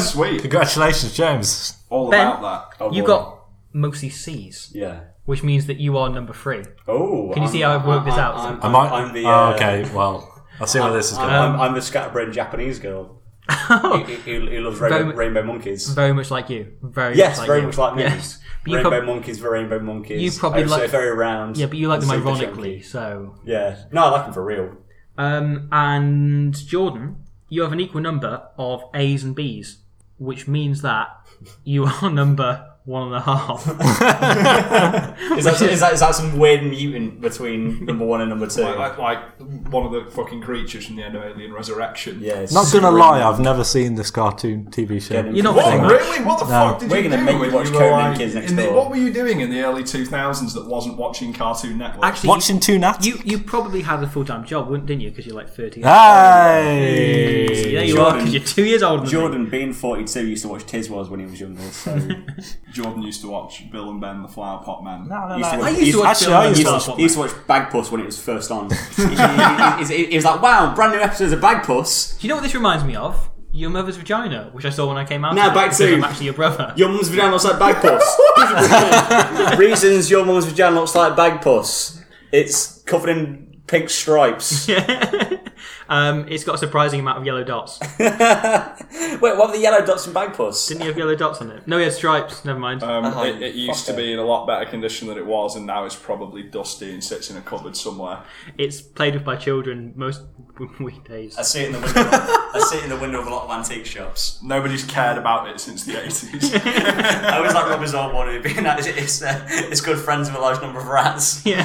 C: Sweet.
D: Congratulations, James.
C: All
E: Ben,
C: about that.
E: you
F: Oh, boy.
E: got mostly C's,
F: Yeah.
E: which means that you are number three.
F: Oh.
E: Can you see how I've worked this out?
F: I'm,
D: Am I?
F: I'm the.
D: oh,
F: uh,
D: okay, well, I see where this is going.
E: Um,
F: I'm, I'm the scatterbrained Japanese girl. who, who- who loves rainbow,
E: Oh. Very-
F: rainbow monkeys.
E: Very much like you. Very
F: Yes,
E: much like
F: very
E: you.
F: much like me.
E: Yes. you
F: rainbow
E: prob-
F: monkeys for rainbow monkeys.
E: You probably
F: oh, so
E: like-
F: very round.
E: Yeah, but you like them
F: and super
E: ironically,
F: chunky.
E: so.
F: Yeah, no, I like them for real.
E: Um, and Jordan, you have an equal number of A's and B's, which means that you are number one and a half.
F: Is that, is that, is that some weird mutant between number one and number two?
C: Like, like one of the fucking creatures from the end of Alien Resurrection.
F: yeah, it's
D: Not gonna
F: super
D: lie,
F: weird.
D: I've never seen this cartoon TV show.
F: Get him.
E: You're not
C: What
E: saying that.
C: really? What the fuck did
F: We're
C: you
F: gonna
C: do?
F: make you
C: when
F: watch
C: were,
F: Conan Kids Next
C: in the-
F: Door.
C: what were you doing in the early 2000s that wasn't watching Cartoon Network?
E: Actually,
D: Watching Toon Attic.
E: you, you probably had a full time job, wouldn't didn't you? Because you're like 30.
D: Hey!
E: Yeah, you are,
F: Jordan-
E: because you're two years older than me.
F: Jordan, being 42, used to watch Tiz Was when he was younger. So
C: Jordan used to watch Bill and Ben, the Flower Pot Man.
E: I used to watch
D: Actually,
E: Bill
D: I
E: and
D: used
E: Ted Puss
D: to watch-
E: One
F: He used to watch Bagpuss when it was first on. he, he- he- he- he was like, wow, brand new episodes of Bagpuss.
E: Do you know what this reminds me of? Your mother's vagina, which I saw when I came out.
F: Now
E: of it,
F: back
E: because
F: to-
E: I'm actually your brother.
F: Your mum's vagina looks like Bagpuss. Reasons your mum's vagina looks like Bagpuss. It's covered in pink stripes.
E: um, it's got a surprising amount of yellow dots.
F: Wait, what were the yellow dots from Bagpuss?
E: Didn't you have yellow dots on it? No, he had stripes. Never mind.
F: Uh. Uh-huh.
C: Um, it, it used to
F: fucker.
C: be in a lot better condition than it was, and now it's probably dusty and sits in a cupboard somewhere.
E: it's played with by children most weekdays.
F: I see it in the window. I see it in the window of a lot of antique shops.
C: Nobody's cared about it since the 80s.
F: I always like Robbie's old one. Being that it's, it's, uh, it's good friends with a large number of rats.
E: Yeah.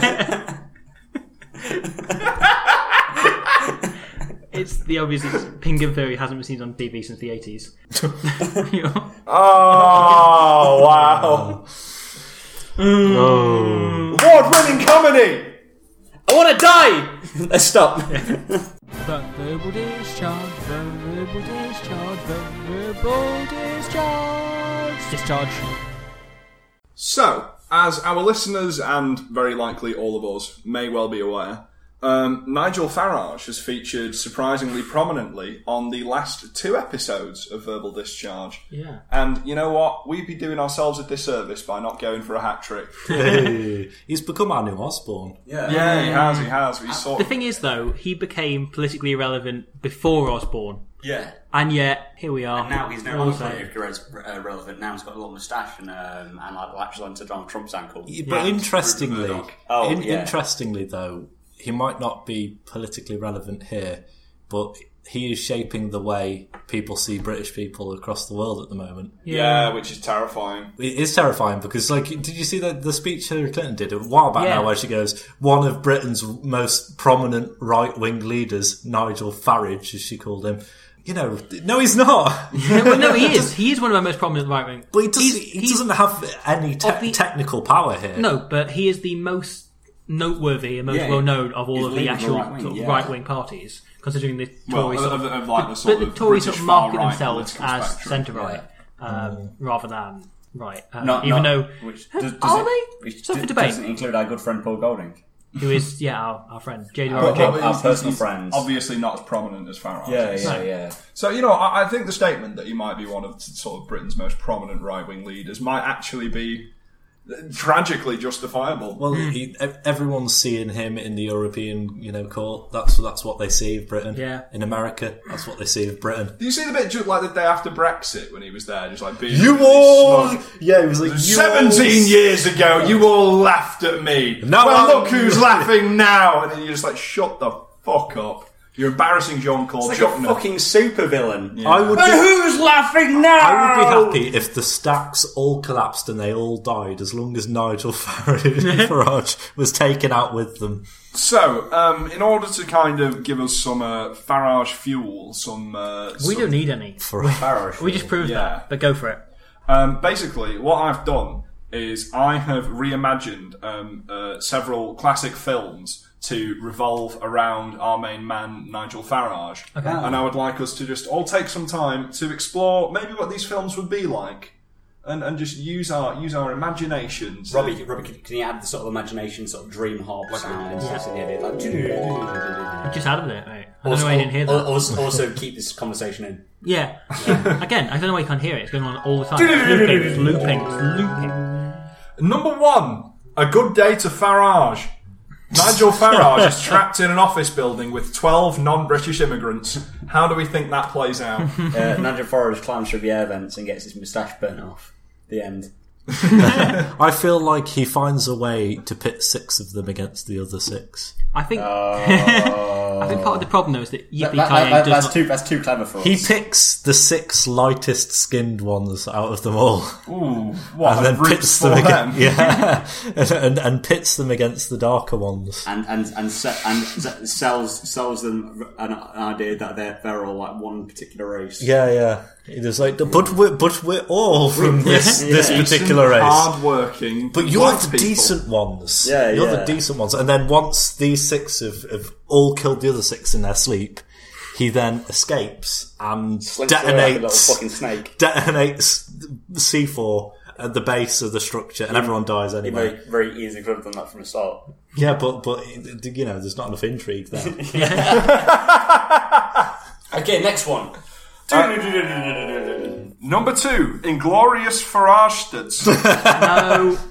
E: it's the obvious it's Pingham Theory hasn't been seen on TV since the 80s. You know?
C: oh, wow. Award winning comedy!
F: I want to die. Let's stop.
H: Verbal discharge, verbal discharge, verbal discharge. Discharge.
C: So, as our listeners and very likely all of us may well be aware, um, Nigel Farage has featured surprisingly prominently on the last two episodes of Verbal Discharge.
E: Yeah.
C: And you know what? We'd be doing ourselves a disservice by not going for a hat trick.
D: Hey. He's become our new Osborne.
C: yeah, he has, he has. He's sort
E: The
C: of,
E: thing is, though, he became politically irrelevant before Osborne,
F: Yeah.
E: and yet here we are.
F: Now he's no
E: All
F: longer
E: the same.
F: politically re- uh, relevant. Now he's got a little moustache and um, and like latched onto Donald Trump's ankle.
D: But interestingly,
F: Oh,
D: in,
F: yeah.
D: interestingly though, he might not be politically relevant here, but he is shaping the way people see British people across the world at the moment.
C: yeah, which is terrifying.
D: It is terrifying because, like, did you see that the speech Hillary Clinton did a while back
E: Yeah.
D: now, where she goes, "One of Britain's most prominent right-wing leaders, Nigel Farage, as she called him." You know, no, he's not.
E: Well, no, he is. He is one of our most prominent right wing.
D: But he, does,
E: He's-
D: he
E: he's-
D: doesn't have any te-
E: Of the-
D: technical power here.
E: No, but he is the most noteworthy and most
F: Yeah,
E: well known of all
F: he's
E: of
F: leading
E: the
F: the
E: actual
F: right-wing,
E: sort of
F: yeah.
E: right-wing parties, considering the
C: Well,
E: Tories.
C: of-
E: sort
C: of- of like the
E: but-
C: sort
E: but
C: of
E: the Tories
C: British
E: sort of market
C: far-right
E: themselves
C: political
E: as
C: spectrum,
E: centre right, um, rather than right. Um,
F: Not-
E: even
F: not-
E: though
F: which, does, does
E: are
F: it-
E: they?
F: Which
E: It's up for
F: d-
E: debate.
F: doesn't include our good friend Paul Golding.
E: who is yeah our, our friend J.D.
F: Our-
E: Rowling.
F: our personal friends.
C: Obviously not as prominent as Farage. is.
E: yeah,
F: yeah.
C: So, you know, I, I think the statement that he might be one of s- sort of Britain's most prominent right wing leaders might actually be uh, tragically justifiable.
D: Well,
E: Mm.
D: he, ev- everyone's seeing him in the European, you know, court. That's that's what they see of Britain.
E: Yeah.
D: In America, that's what they see of Britain.
C: Do you see the bit just like the day after Brexit when he was there, just like being
D: You
C: really
D: all,
C: smug?
D: yeah, he was like "You
C: Seventeen
D: all-
C: years ago, you all laughed at me.
D: Now
C: well,
D: I'm-
C: look who's laughing now, and then you're just like, shut the fuck up. You're embarrassing Jean Claude
F: Like a
C: Juncker.
F: fucking supervillain.
D: I would,
F: And
D: be,
F: who's laughing now?
D: I would be happy if the stacks all collapsed and they all died, as long as Nigel Farage, Farage was taken out with them.
C: So, um, in order to kind of give us some uh, Farage fuel, some uh,
E: We
C: some-
E: don't need any.
F: Oh.
E: We just proved
C: Yeah.
E: that. But go for it.
C: Um, basically, what I've done is I have reimagined um, uh, several classic films to revolve around our main man, Nigel Farage. And I would like us to just all take some time to explore maybe what these films would be like. And, and just use our use our imaginations.
F: Robbie, Robbie, can, can you add the sort of imagination, sort of dream harp sound yeah. in the edit? Like,
E: Just out of it. Right? I don't know why you didn't hear that.
F: Also, also keep this conversation in.
E: Yeah. Again, I don't know why you can't hear it. It's going on all the time. It's looping. It's looping. It's looping.
C: Number one, a good day to Farage. Nigel Farage is trapped in an office building with twelve non-British immigrants. How do we think that plays out?
F: Uh, Nigel Farage climbs through the air vents and gets his moustache burnt off. The end.
D: I feel like he finds a way to pit six of them against the other six.
E: I think. I think part of the problem though is that Yippee
F: That- that- that-
E: does
F: that's
E: not.
F: too that's too clever for us.
D: He picks the six lightest skinned ones out of them all,
C: Ooh, what
D: and
C: a
D: then
C: route
D: pits
C: for
D: them,
C: them.
D: against yeah, and, and, and pits them against the darker ones.
F: and and and, se- and se- sells sells them an, an idea that they're they're all like one particular race.
D: Yeah, yeah. He was like, but we're but we're all from this this particular race.
C: hard-working,
D: But you're
C: white
D: the
C: people.
D: decent ones.
F: Yeah,
D: you're
F: yeah.
D: the decent ones. And then once these six have, have all killed the other six in their sleep, he then escapes and
F: Slinks away like a little
D: detonates
F: fucking snake.
D: detonates C four at the base of the structure, and everyone dies anyway.
F: Very very easy. Could have done that from the start.
D: Yeah, but but you know, there's not enough intrigue there.
F: Okay, next one.
C: Uh, Number two, Inglorious Farage.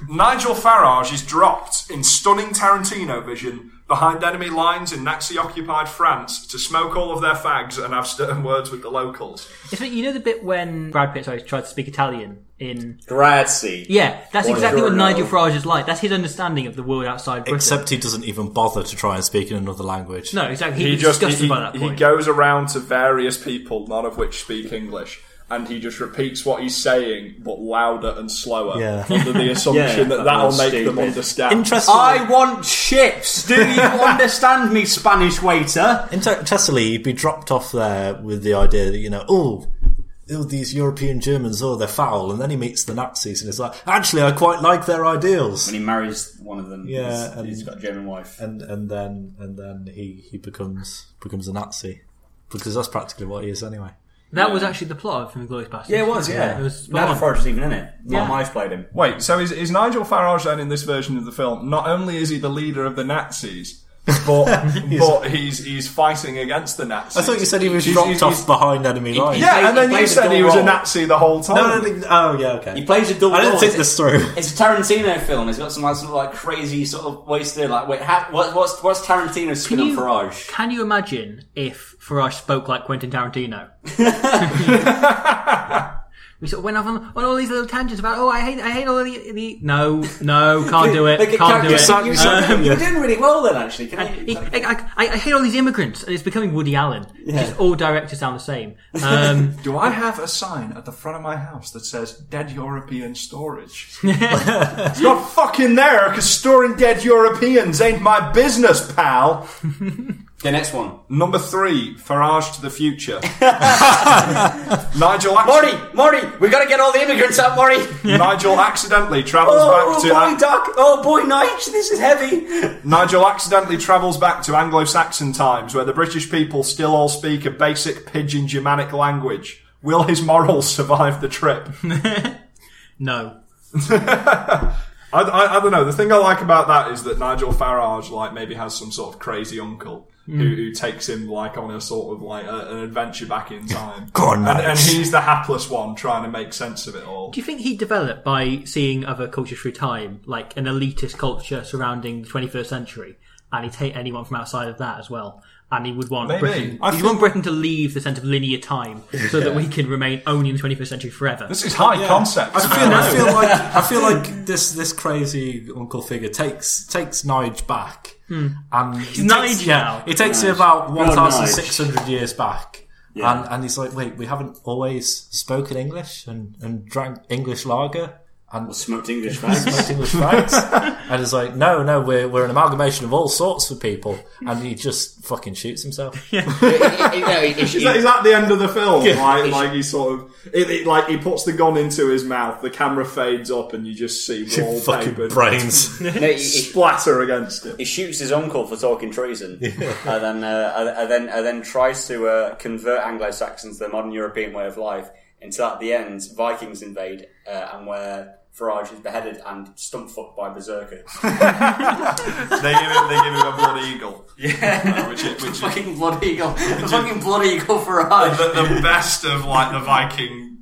C: Nigel Farage is dropped in stunning Tarantino vision behind enemy lines in Nazi-occupied France to smoke all of their fags and have stern words with the locals.
E: Isn't it- you know the bit when Brad Pitt sorry, tried to speak Italian in?
F: Grazie.
E: Yeah, that's
F: Buongiorno.
E: exactly what Nigel Farage is like. That's his understanding of the world outside Britain.
D: Except he doesn't even bother to try and speak in another language.
E: no, exactly. He's
C: he just
E: disgusted
C: he,
E: by that
C: he
E: point.
C: goes around to various people, none of which speak English, and he just repeats what he's saying, but louder and slower,
D: Yeah.
C: under the assumption
F: Yeah,
C: that that'll
F: that's
C: make them
F: stupid.
C: understand.
D: Interestingly,
F: I want chips. Do you understand me, Spanish waiter?
D: interestingly, he'd be dropped off there with the idea that you know, oh, oh, these European Germans, oh, they're foul, and then he meets the Nazis, and it's like, actually, I quite like their ideals.
F: And he marries one of them.
D: Yeah,
F: He's-
D: and-
F: he's got a German wife.
D: And and then and then he he becomes becomes a Nazi because that's practically what he is anyway.
E: that was actually the plot of *The Glorious Bastards*.
F: Yeah, it was. Yeah,
E: it was. spot
F: Nigel
E: on.
F: Farage was even in it. My
E: Yeah.
F: wife played him.
C: Wait, so is, is Nigel Farage then in this version of the film? Not only is he the leader of the Nazis, but but he's he's fighting against the Nazis.
D: I thought you said he was
C: He's-
D: dropped
C: he's-
D: off
C: he's-
D: behind enemy lines.
C: yeah, and then
F: He
C: you
F: played a
C: said he
F: dual
C: was a
F: role.
C: Nazi the whole time.
D: No, no, no, oh yeah, okay.
F: He plays a double.
D: I
F: role.
D: didn't think
F: It's-
D: this through.
F: It's a Tarantino film. It's got some like, some, like crazy sort of ways to do. Like, wait, ha- what, what's what's Tarantino's spin
E: Can
F: on
E: you-
F: Farage?
E: Can you imagine if Farage spoke like Quentin Tarantino? we sort of went off on, on all these little tangents about oh I hate I hate all the, the no no can't do
F: Like,
E: it can't do
F: you,
E: it.
F: You, you,
E: Um,
F: you were doing really well then, actually. Can I,
E: he- I, I, I hate all these immigrants, and it's becoming Woody Allen. Just all directors sound the same. Um,
C: Do I have a sign at the front of my house that says "Dead European Storage"? it's not fucking there because storing dead Europeans ain't my business, pal.
F: okay, next one.
C: Number three, Farage to the future. Nigel, acc-
F: Morty, Morty, we gotta get all the immigrants out, Morty.
C: Nigel accidentally travels
F: Oh,
C: back to
F: boy,
C: that-
F: Doc. Oh boy, Nige, this is heavy.
C: Nigel accidentally travels back to Anglo Saxon times where the British people still all speak a basic pidgin Germanic language. Will his morals survive the trip?
E: no,
C: I, I, I don't know. The thing I like about that is that Nigel Farage like maybe has some sort of crazy uncle who, who takes him like on a sort of like a, an adventure back in time.
D: Go on,
C: and,
D: Nige.
C: and he's the hapless one trying to make sense of it all.
E: do you think he developed by seeing other cultures through time, like an elitist culture surrounding the 21st century, and he'd hate anyone from outside of that as well? And he would want
C: Maybe.
E: Britain.
C: I
E: he'd
C: think-
E: want Britain to leave the sense of linear time, so that we can remain only in the 21st century forever.
C: This is high concept.
D: I feel, I feel like I feel like this this crazy uncle figure takes takes Nige back, and he's
E: Nige now.
D: It takes him about one
F: Nige.
D: thousand six hundred years back, and and he's like, wait, we haven't always spoken English and and drank English lager and
F: Smoked English fags.
D: smoked English fags, and it's like, no, no, we're we're an amalgamation of all sorts of people, and he just fucking shoots himself.
C: Is that, is that the end of the film? Like, like he sort of, it, it, like he puts the gun into his mouth. The camera fades up, and you just see wallpaper
D: fucking brains.
C: splatter against it.
F: he shoots his uncle for talking treason, and then uh, and- and then and then tries to uh, convert Anglo Saxons to the modern European way of life. Until at the end, Vikings invade, uh, and where Farage is beheaded and stumpfucked by berserkers.
C: They give him, they give him a blood eagle. Yeah, which is, which is
F: fucking blood eagle, fucking blood eagle Farage.
C: the, the best of like the Viking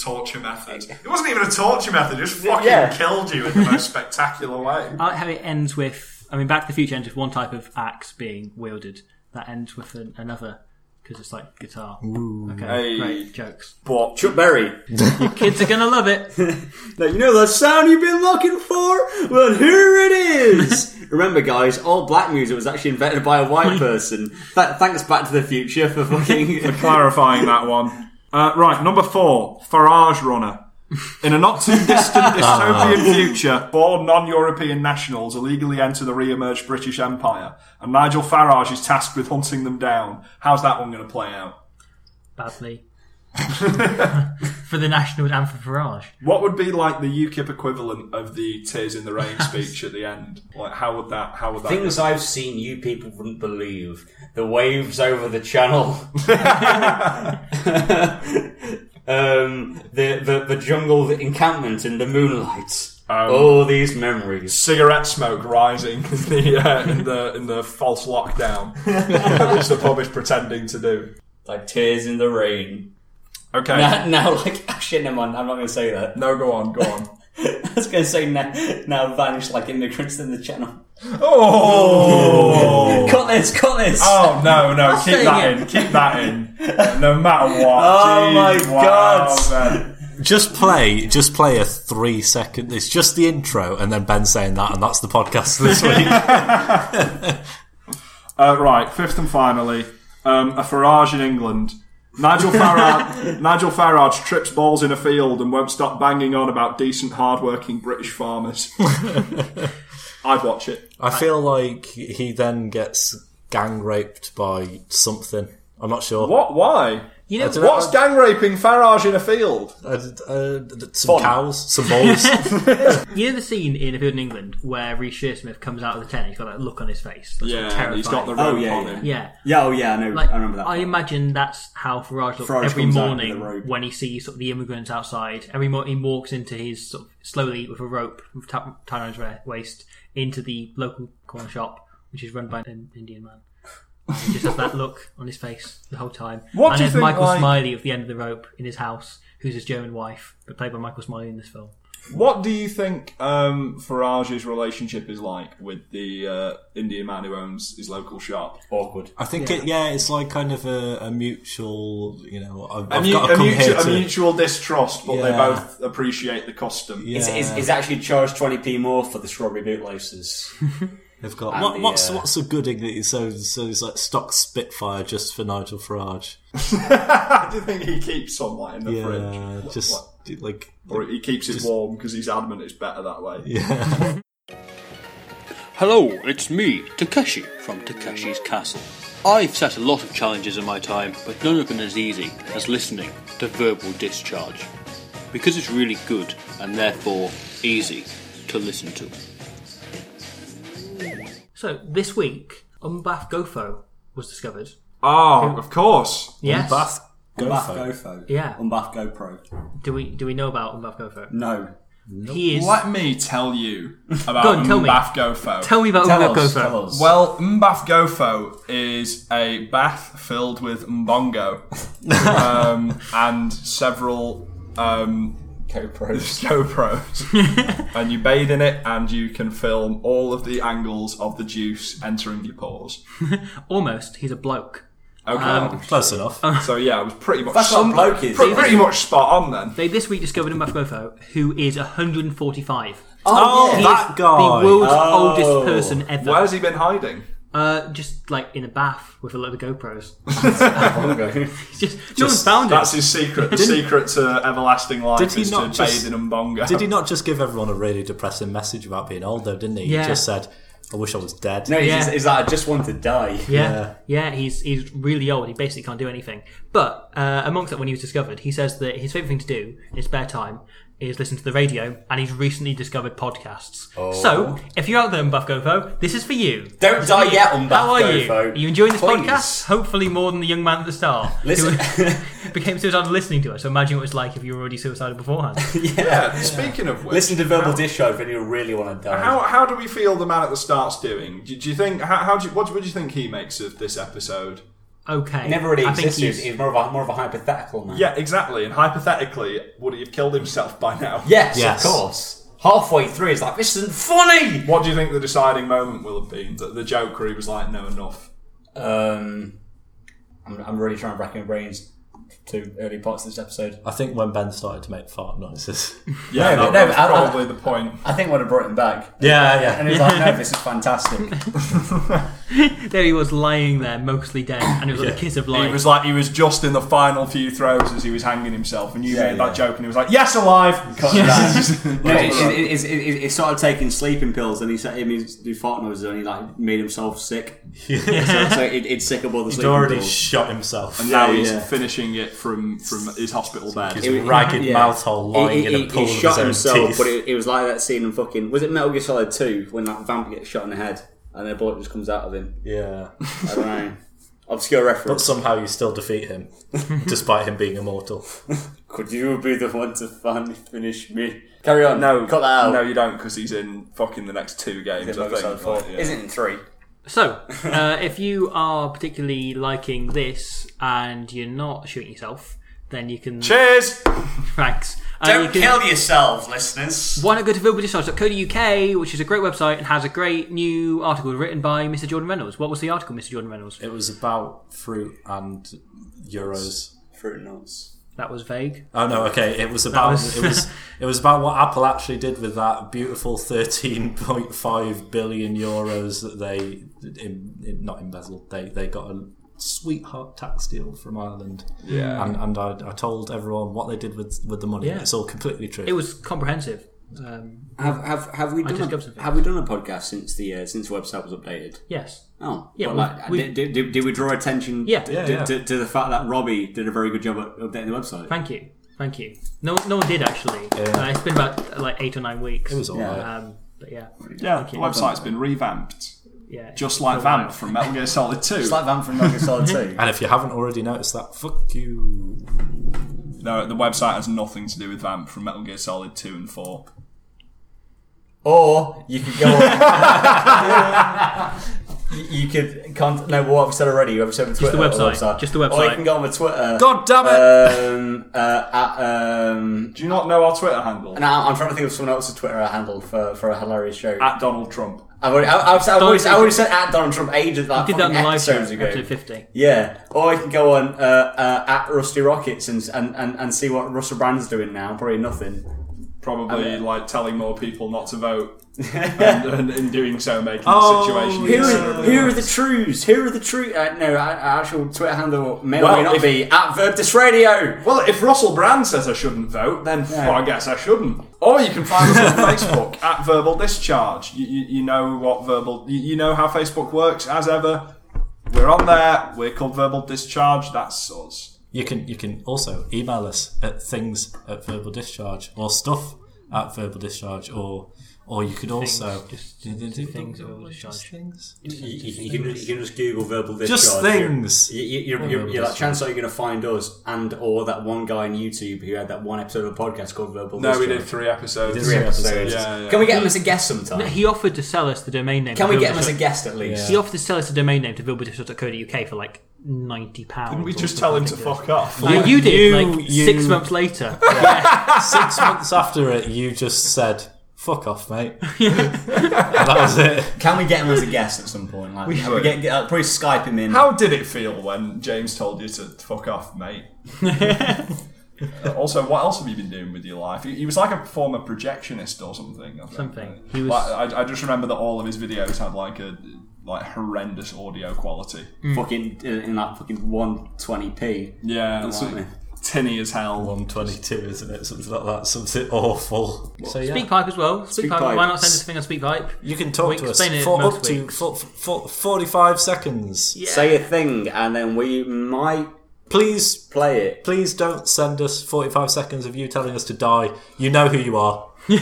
C: torture method. It wasn't even a torture method; it just fucking
F: Yeah.
C: killed you in the most spectacular way.
E: I like how it ends with. I mean, Back to the Future ends with one type of axe being wielded. That ends with an, another because it's like guitar. Okay,
F: Hey.
E: great jokes.
F: But Chuck Berry.
E: Kids are gonna love it.
F: Now, you know the sound you've been looking for? Well, here it is! Remember, guys, all black music was actually invented by a white person. Th- thanks, Back to the Future, for fucking.
C: Clarifying that one. Uh, right, number four Farage Runner. In a not too distant dystopian future, four non European nationals illegally enter the re emerged British Empire, and Nigel Farage is tasked with hunting them down. How's that one going to play out?
E: Badly. for the National and for Farage.
C: What would be like the UKIP equivalent of the Tears in the Rain speech at the end? Like, how would that? How would that?
F: Things I've seen you people wouldn't believe. The waves over the channel. um, the, the, the jungle encampment in the moonlight. all these memories.
C: cigarette smoke rising in the uh, in the in the false lockdown, which the pub is pretending to do.
F: Like tears in the rain.
C: Okay,
F: Now, now like, oh, shit, never mind, I'm not going to say that.
C: no, go on, go on.
F: I was going to say now, now vanish like immigrants in the channel.
C: Oh,
F: Cut this, cut this!
C: oh no, no, keep
F: saying
C: that
F: it.
C: in, keep that in, no matter what.
F: Oh
C: Jeez,
F: my
C: wow,
F: God.
C: man.
D: Just play, just play a three second. It's just the intro, and then Ben saying that, and that's the podcast this week.
C: Uh, right, fifth and finally, um, a Farage in England. Nigel Farage, Nigel Farage trips balls in a field and won't stop banging on about decent, hard-working British farmers. I'd watch it.
D: I feel like he then gets gang raped by something. I'm not sure.
C: What? Why?
E: You know,
D: I dunno.
C: What's gang raping Farage in a field?
D: Uh, uh, some cows, some balls.
E: you know the scene in A Field in England where Reece Shearsmith comes out of the tent. He's got that look on his face. That's like terrifying.
C: he's got the rope
F: Oh, yeah,
C: on
F: yeah.
C: him.
E: yeah.
F: Yeah, oh yeah, I know.
E: Like,
F: I remember that. part.
E: imagine that's how Farage looks
F: Farage
E: every
F: comes out with a
E: morning
F: rope.
E: when he sees sort of the immigrants outside. Every morning he walks into his sort of slowly with a rope tied around his wa- waist into the local corner shop, which is run by an Indian man. And he just has that look on his face the whole time.
C: What
E: and
C: do you
E: there's
C: think,
E: Michael
C: like-
E: Smiley at the end of the rope in his house, who's his German wife, but played by Michael Smiley in this film.
C: What do you think um, Farage's relationship is like with the uh, Indian man who owns his local shop?
F: awkward.
D: I think yeah. it yeah, it's like kind of a, a mutual, you know, I've,
C: A,
D: I've
C: mu-
D: got
C: a
D: to come
C: mutu-
D: here
C: a
D: to.
C: mutual distrust, but they
D: Yeah.
C: both appreciate the custom.
D: yeah,
F: It's, it's, it's actually charged 20p more for the strawberry bootlaces.
D: they've got what,
F: the,
D: what's
F: uh,
D: what's a good English? So so it's like stock Spitfire just for Nigel Farage.
C: do you think he keeps some like, in the
D: Yeah,
C: fridge?
D: just
C: What-
D: like
C: Or he keeps it warm because he's adamant it's better that way.
I: Hello, it's me, Takeshi, from Takeshi's Castle. I've set a lot of challenges in my time, but none of them as easy as listening to verbal discharge. Because it's really good and therefore easy to listen to.
E: So this week, Umbath Gofo was discovered.
C: Oh, of course.
E: Yes.
F: Unbath GoPro.
E: Yeah.
F: Unbath GoPro.
E: Do we do we know about Umbath Gofo?
F: No.
E: He is.
C: Let me tell you about
E: Go on, tell me.
C: Mbaf Gofo.
E: Tell me about
F: Tell
E: Umbath
F: us,
E: Gofo.
F: tell us.
C: Well, Mbaf Gofo is a bath filled with mbongo um, and several um,
F: GoPro.
C: GoPros. and you bathe in it and you can film all of the angles of the juice entering your pores.
E: Almost. He's a bloke.
C: Okay.
D: close enough.
C: so, yeah, I was pretty much,
F: That's what
C: some-
F: bloke is.
C: pre- pretty much spot on then.
E: They this week discovered Umbath Gofo, who is 145.
D: oh,
E: He
D: that
E: is
D: guy.
E: The world's
F: Oh.
E: oldest person ever.
C: Where's he been hiding?
E: Uh, just like in a bath with a load of GoPros.
F: GoPro.
E: He's just, no one found him.
C: That's his secret. The secret to everlasting life
D: Did he
C: is to
D: not just-
C: bathe in mbongo.
D: Did he not just give everyone a really depressing message about being old, though, didn't he?
E: Yeah.
D: He just said, I wish I was dead.
F: no,
E: Yeah.
F: is, is that I just want to die.
E: Yeah, yeah, he's he's really old. He basically can't do anything. But uh, amongst that, when he was discovered, he says that his favorite thing to do in his spare time is listen to the radio, and he's recently discovered podcasts. So, if you're out there, Buff Gofo, this is for you.
F: Oh. Don't
E: This is
F: die
E: for you.
F: yet, Umbath
E: How are you?
F: Gofo.
E: Are you enjoying this
F: Please.
E: podcast? Hopefully, more than the young man at the start
F: Listen-
E: who became suicidal listening to us. So imagine what it's like if you were already suicidal beforehand.
C: Yeah, speaking of which.
F: Listen to verbal discharge when you really want to die.
C: How, how do we feel the man at the start's doing? Do, do you think how, how do you, what, what do you think he makes of this episode?
E: Okay,
F: Never really
E: I think
F: existed.
E: he's-
F: He's more of a more of a hypothetical man.
C: Yeah, exactly. And hypothetically, would he have killed himself by now?
F: Yes,
D: Yes.
F: of course. Halfway through, he's like, "This isn't funny."
C: What do you think the deciding moment will have been? That the joke where he was like, "No, enough."
F: Um, I'm, I'm really trying to rack my brains to early parts of this episode.
D: I think when Ben started to make fart noises.
C: Yeah,
F: No,
C: no,
F: but- no,
C: that's
F: I- I-
C: probably the point.
F: I think I would have brought him back.
D: yeah,
F: And he was like, no, this is fantastic.
E: There he was lying there, mostly dead, and it was like a kiss of
C: He
E: life.
C: was like, he was just in the final few throws as he was hanging himself, and you
F: Yeah,
C: made
F: yeah.
C: that joke, and he was like, "Yes, alive." Cut it
F: No,
C: down.
F: it, it, it's- it, it, it's sort of taking sleeping pills, and he said, "I mean, do fart noises, and he like made himself sick. so so it, it's sick about the
D: He'd
F: sleeping
D: already
F: pills.
D: shot himself.
C: now
F: Yeah,
C: he's
F: yeah.
C: finishing it from from his hospital bed.
D: His ragged
F: yeah.
D: mouth hole lying
F: he,
D: in
F: he-
D: a pool
F: he
D: of
F: shot
D: his own
F: himself,
D: teeth.
F: but it, it was like that scene in fucking was it Metal Gear Solid Two when that vamp gets shot in the head and the bullet just comes out of him.
D: yeah.
F: I don't know. Obscure
D: But
F: reference.
D: somehow you still defeat him, despite him being immortal.
F: Could you be the one to finally finish me? Carry on.
C: No,
F: cut that out.
C: No, you don't, because he's in fucking the next two games. I
F: Metal Gear Solid
C: think.
F: Four.
C: Like, yeah.
F: Isn't it in three?
E: So, uh, if you are particularly liking this and you're not shooting yourself, then you can.
C: Cheers.
E: Thanks. Uh, you can-
F: yourselves, listeners.
E: Why not go to vilberdischarge.co.uk, which is a great website and has a great new article written by Mr. Jordan Reynolds. What was the article, Mr. Jordan Reynolds?
D: It was about fruit and euros.
F: Fruit nuts.
E: That was vague.
D: Oh no, okay. It was about
E: was-
D: it was it was about what Apple actually did with that beautiful thirteen point five billion euros that they in, in- not embezzled. They they got a sweetheart tax deal from Ireland. Yeah, and, and I, I told everyone what they did with with the money.
E: Yeah.
D: It's all completely true.
E: It was comprehensive. Um,
F: Have have have we done
E: just got some
F: a, have we done a podcast since the uh, since the website was updated?
E: yes.
F: Oh,
E: Yeah,
F: yeah.
E: we-
F: like,
E: we-
F: did, did, did, did we draw attention
E: Yeah.
F: to,
E: Yeah,
F: to,
D: yeah.
F: To, to the fact that Robbie did a very good job at updating the website?
E: Thank you. Thank you. No, no one did actually. Uh, it's been about uh, like eight or nine weeks.
D: It was all right.
E: Um, but yeah.
C: Yeah, the website's been revamped,
E: yeah.
C: just like
E: For a while.
C: Vamp from Metal Gear Solid Two.
F: It's like Van from Metal Gear Solid 2.
D: And if you haven't already noticed that, fuck you.
C: no, the website has nothing to do with Vamp from Metal Gear Solid Two and Four.
F: Or you could go on. you could con- no. What I've said already. I've said on Twitter.
E: the
F: or
E: website, just the
F: Or you
E: website.
F: can go on with Twitter.
D: God damn it!
F: Um, uh, at, um,
C: Do you not know our Twitter handle?
F: no, I'm trying to think of someone else's Twitter handle for, for a hilarious show.
C: At Donald Trump.
F: I've already, I- I've, I've,
E: Don't-
F: always, I already said at Donald Trump ages. Like,
E: Oh, Did that in the live show,
F: episodes ago.
E: episode 50.
F: Yeah, or I can go on uh, uh, at Rusty Rockets and, and, and, and see what Russell Brand's doing now. Probably nothing.
C: Probably
F: I mean-
C: like telling more people not to vote, and, and in doing so making
D: Oh,
C: the situation.
F: Here are,
C: considerably
F: here are
C: worse.
F: the truths. Here are the truth. Uh, no, our our actual Twitter handle may
C: Well,
F: or may not
C: if-
F: be at Verb Dis Radio.
C: Well, if Russell Brand says I shouldn't vote, then
F: Yeah.
C: well, I guess I shouldn't. Or you can find us on Facebook at Verbal Discharge. You, you, you know what verbal, you, you know how Facebook works. As ever, we're on there. We're called Verbal Discharge. That's us.
D: You can you can also email us at things at verbal discharge or stuff at verbal discharge or or you could also
E: Just-
D: Do- do-
E: just
D: do-
E: things at verbal
D: just
E: discharge.
D: things.
F: You, can, you can just Google Verbal Discharge.
D: Just things.
F: You, you, you're, you're, you're like, chance are you going to find us and or that one guy on YouTube who had that one episode of a podcast called Verbal
C: No, we
F: Discharge.
C: did three episodes.
F: Three
D: Yeah.
F: episodes.
C: Yeah, yeah.
F: Can we get him as a guest sometime?
E: He offered to sell us the domain name.
F: Can
E: to
F: we get him as a
E: Vilberdischarge-
F: guest at least?
E: He offered to sell us the domain name to vilberdischarge.co.uk for like ninety pounds.
C: Didn't we just tell him to fuck off?
E: No, you did.
D: You-
E: like
D: you-
E: six months later.
D: Six months after it, you just said "fuck off, mate." And that was it.
F: Can we get him as a guest at some point? Like, we
C: should.
F: get, get, uh, probably Skype him in.
C: How did it feel when James told you to fuck off, mate? Uh, also, what else have you been doing with your life? He, he was like a former projectionist or something. I think.
E: Something. He was-
C: Like, I, I just remember that all of his videos had like a like horrendous audio quality.
F: Fucking uh, in that fucking 120p.
C: Yeah,
F: Don't
C: it's
F: like
C: like
F: me.
C: tinny as hell.
D: One twenty-two, isn't it? Something like that. Something awful. So yeah,
E: Speakpipe as well. Speakpipe.
F: Speakpipe.
E: Why not send us a thing on Speakpipe?
D: you can talk
E: We
D: to us
E: explain it
D: for
E: most
D: up to
E: weeks.
D: for, for, forty-five seconds.
F: Say a thing and then we might
D: Please,
F: play it.
D: please don't send us forty-five seconds of you telling us to die. You know who you are.
C: You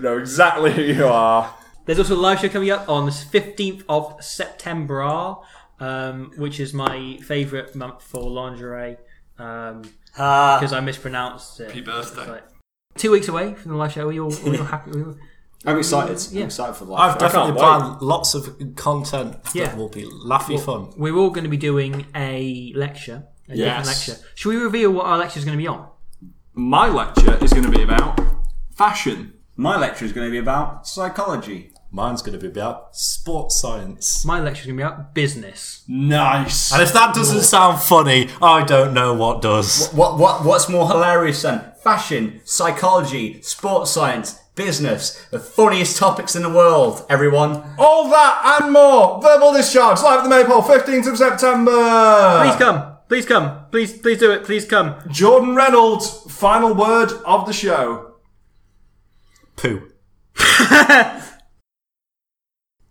C: know exactly who you are.
E: There's also a live show coming up on the 15th of September, um, which is my favourite month for lingerie um, because I mispronounced it. Happy
C: birthday.
E: two weeks away from the live show. Are you all, are you all happy? Are you all-
F: I'm excited.
E: Yeah.
F: I'm excited for
D: I've
F: life.
D: definitely
C: can't wait.
D: planned lots of content
E: Yeah.
D: that will be laughy fun.
E: We're all going to be doing a lecture. A different
C: Yes.
E: lecture. Should we reveal what our lecture is going to be on?
C: My lecture is going to be about fashion.
F: My lecture is going to be about psychology.
D: Mine's going to be about sports science.
E: My lecture's gonna be about business.
C: Nice.
D: And if that doesn't sound funny, I don't know what does.
J: What what what's more hilarious than fashion, psychology, sports science, business, the funniest topics in the world, everyone.
C: All that and more. Verbal discharge live at the Maypole, 15th of September.
D: Uh,
E: Please come. Please come. Please please do it. Please come.
C: Jordan Reynolds, final word of the show.
D: Poo.